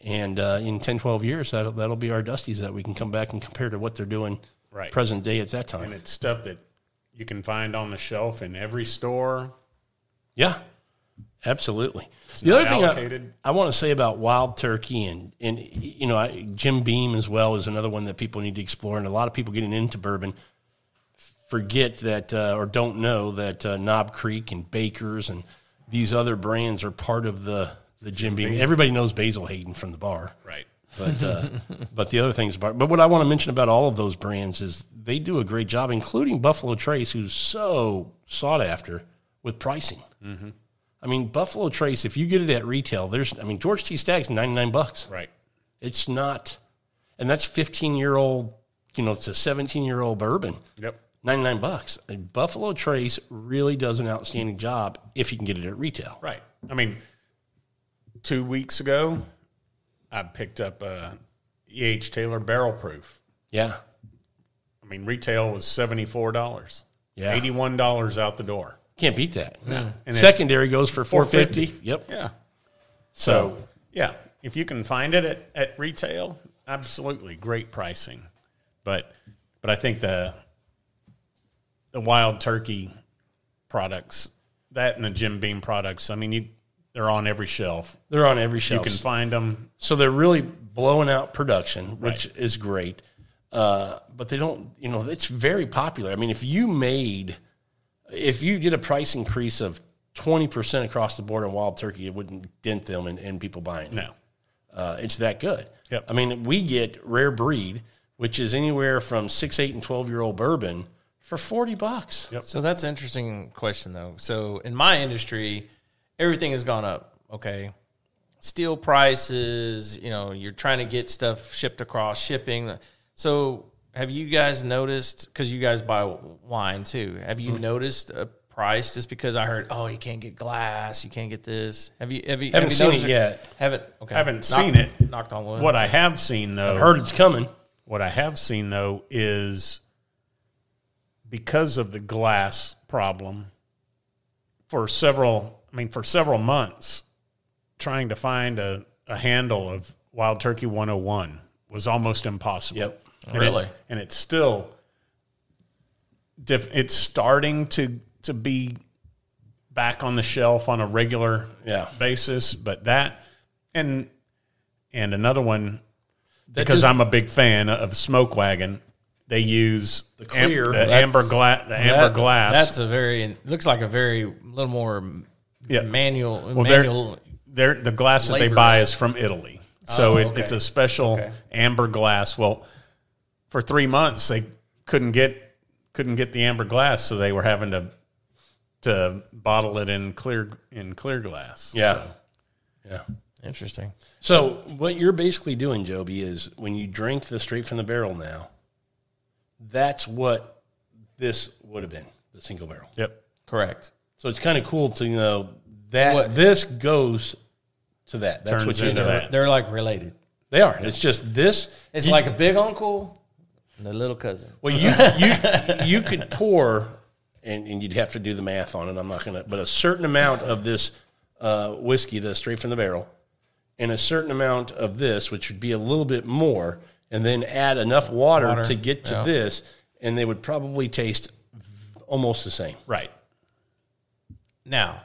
A: And uh, in 10, 12 years, that'll, that'll be our dusties that we can come back and compare to what they're doing
B: Right.
A: present day at that
B: And
A: time.
B: it's stuff that you can find on the shelf in every store.
A: Yeah, absolutely. the other
B: not
A: thing
B: allocated.
A: I, I want to say about wild turkey and and you know I, Jim Beam as well is another one that people need to explore, and a lot of people getting into bourbon forget that uh, or don't know that uh, Knob Creek and Baker's and these other brands are part of the the Jim Beam. Everybody knows Basil Hayden from the bar.
B: Right.
A: But uh, but the other things about but what I want to mention about all of those brands is they do a great job, including Buffalo Trace, who's so sought after with pricing.
B: Mm-hmm.
A: I mean, Buffalo Trace, if you get it at retail, there's I mean George T. Stagg's ninety nine bucks.
B: Right.
A: It's not, and that's fifteen year old. You know, it's a seventeen year old bourbon.
B: Yep.
A: Ninety nine bucks. And Buffalo Trace really does an outstanding job if you can get it at retail.
B: Right. I mean, two weeks ago, I picked up a E.H. Taylor barrel proof.
A: Yeah,
B: I mean, retail was $74.
A: Yeah.
B: $81 out the door.
A: can't beat that. Yeah.
B: And it's-
A: Secondary goes for four fifty. Yep.
B: Yeah.
A: so
B: Yeah. If you can find it at, at retail, absolutely great pricing. But but I think the the wild turkey products, that and the Jim Beam products, I mean, you they're on every shelf.
A: They're on every
B: You
A: shelf.
B: can find them.
A: so they're really blowing out production, which is great. Uh, but they don't, you know, it's very popular. I mean, if you made, if you did a price increase of 20% across the board on wild turkey, it wouldn't dent them and, and people buying it.
B: No.
A: Uh, it's that good.
B: Yep.
A: I mean, we get rare breed, which is anywhere from six, eight, and 12 year old bourbon for 40 bucks.
C: So that's an interesting question, though. So in my industry, everything has gone up. Okay, steel prices. You know, you're trying to get stuff shipped across shipping. So have you guys noticed? Because you guys buy wine too. Have
B: Mm-hmm.
C: you noticed a price? Just because I heard, oh, you can't get glass, you can't get this. Have you? Have you?
A: Haven't
C: have you
A: seen it
C: noticed
A: yet.
C: Haven't. Okay.
B: Haven't
C: Knock-
B: seen it.
C: Knocked on wood.
B: What I have seen though
A: Heard it's coming.
B: What I have seen though is because of the glass problem for several I mean for several months trying to find a, a handle of Wild Turkey 101 was almost impossible.
A: Yep.
B: And it-
C: Really?
B: and it's still diff, it's starting to to be back on the shelf on a regular
A: Yeah.
B: basis, but that and and another one
A: That
B: because
A: just-
B: I'm a big fan of Smoke Wagon. They use the
A: clear,
B: the
A: that's-
B: amber glass, the amber
C: That-
B: glass.
C: That's a very. Looks like a very little more
B: Yeah.
C: manual.
B: well,
C: manual.
B: they're, they're, the glass that they
C: labor.
B: buy is from Italy, so
C: Oh,
B: it,
C: okay.
B: it's a special
C: Okay.
B: amber glass. Well, for three months they couldn't get couldn't get the amber glass, so they were having to to bottle it in clear in clear glass.
A: Yeah. Yeah.
C: Interesting.
A: So what you're basically doing, Joby, is when you drink the straight from the barrel now, that's what this would have been, the single barrel.
B: Yep.
C: Correct.
A: So it's kind of cool to know that
C: What-
A: this goes to that. That's
B: Turns
A: what you
B: into
A: know.
B: that.
C: They're like related.
A: They are. It's just this.
C: It's like a big uncle and a little cousin.
A: Well, you you you could pour, and, and you'd have to do the math on it. I'm not gonna, but a certain amount of this uh, whiskey, the straight from the barrel, and a certain amount of this, which would be a little bit more, and then add enough water, to get to this, and they would probably taste v- almost the same.
B: Right.
C: Now,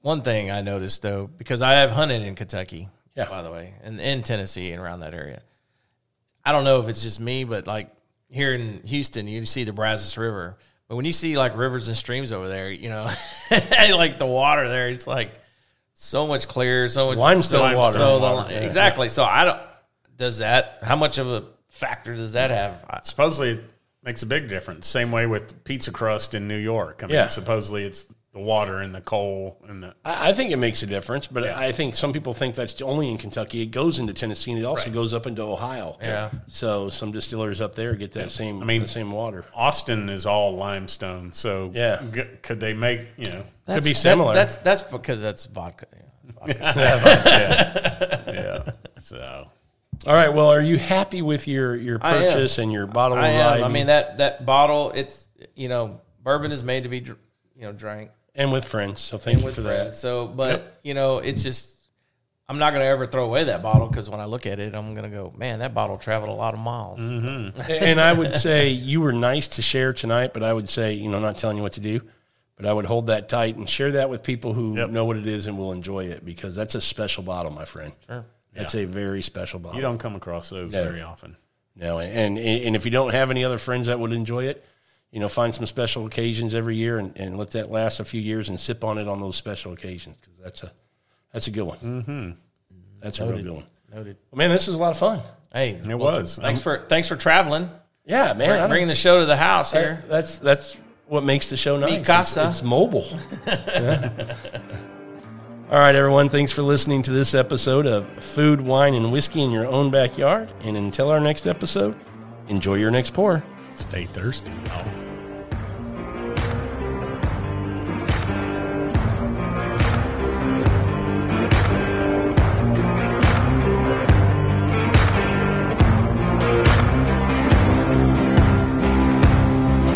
C: one thing I noticed though, because I have hunted in Kentucky,
A: Yeah.
C: by the way, and in Tennessee and around that area. I don't know if it's just me, but like here in Houston, you see the Brazos River, but when you see like rivers and streams over there, you know, like the water there, it's like so much clearer, so much
A: Limestone
C: so-
A: water.
C: So
A: Water, yeah.
C: exactly. So I don't. Does that? How much of a factor does that have? I-
B: supposedly it makes a big difference. Same way with pizza crust in New York. I mean,
A: Yeah.
B: supposedly it's the water and the coal and the
A: I, I think it makes a difference, but I think some people think that's only in Kentucky. It goes into Tennessee and it also goes up into Ohio.
C: Yeah.
A: So some distillers up there get that same
B: mean-
A: the same water.
B: Austin is all limestone. So
A: Yeah.
B: g- could they make you know?
A: Could be
C: that-
A: similar.
C: that's that's because that's vodka. yeah.
B: Yeah. so
A: All right. Well, are you happy with your your
C: I am.
A: purchase and your bottle
C: I
A: of
C: am.
A: wine?
C: I mean that that bottle. It's you know bourbon is made to be dr- you know drank
A: and with friends. So thank you
C: with
A: for
C: friends.
A: that.
C: So, but you know, it's just I'm not going to ever throw away that bottle because when I look at it, I'm going to go, man, that bottle traveled a lot of miles.
A: Mm-hmm. and I would say you were nice to share tonight, but I would say you know not telling you what to do, but I would hold that tight and share that with people who know what it is and will enjoy it because that's a special bottle, my friend. Sure. That's a very special bottle.
B: you don't come across those very often.
A: No, and, and and if you don't have any other friends that would enjoy it, you know, find some special occasions every year and, and let that last a few years and sip on it on those special occasions because that's a that's a good one. Mm-hmm. That's a real good one.
C: Noted.
A: Well, man, this was a lot of fun.
C: Hey,
B: It was.
C: Thanks for thanks for traveling,
A: Yeah, man, I
C: bringing the show to the house here.
A: don't- that's that's what makes the show nice. It's,
C: casa.
A: it's mobile. All right, everyone. Thanks for listening to this episode of Food, Wine, and Whiskey in Your Own Backyard. And until our next episode, enjoy your next pour.
B: Stay thirsty, y'all.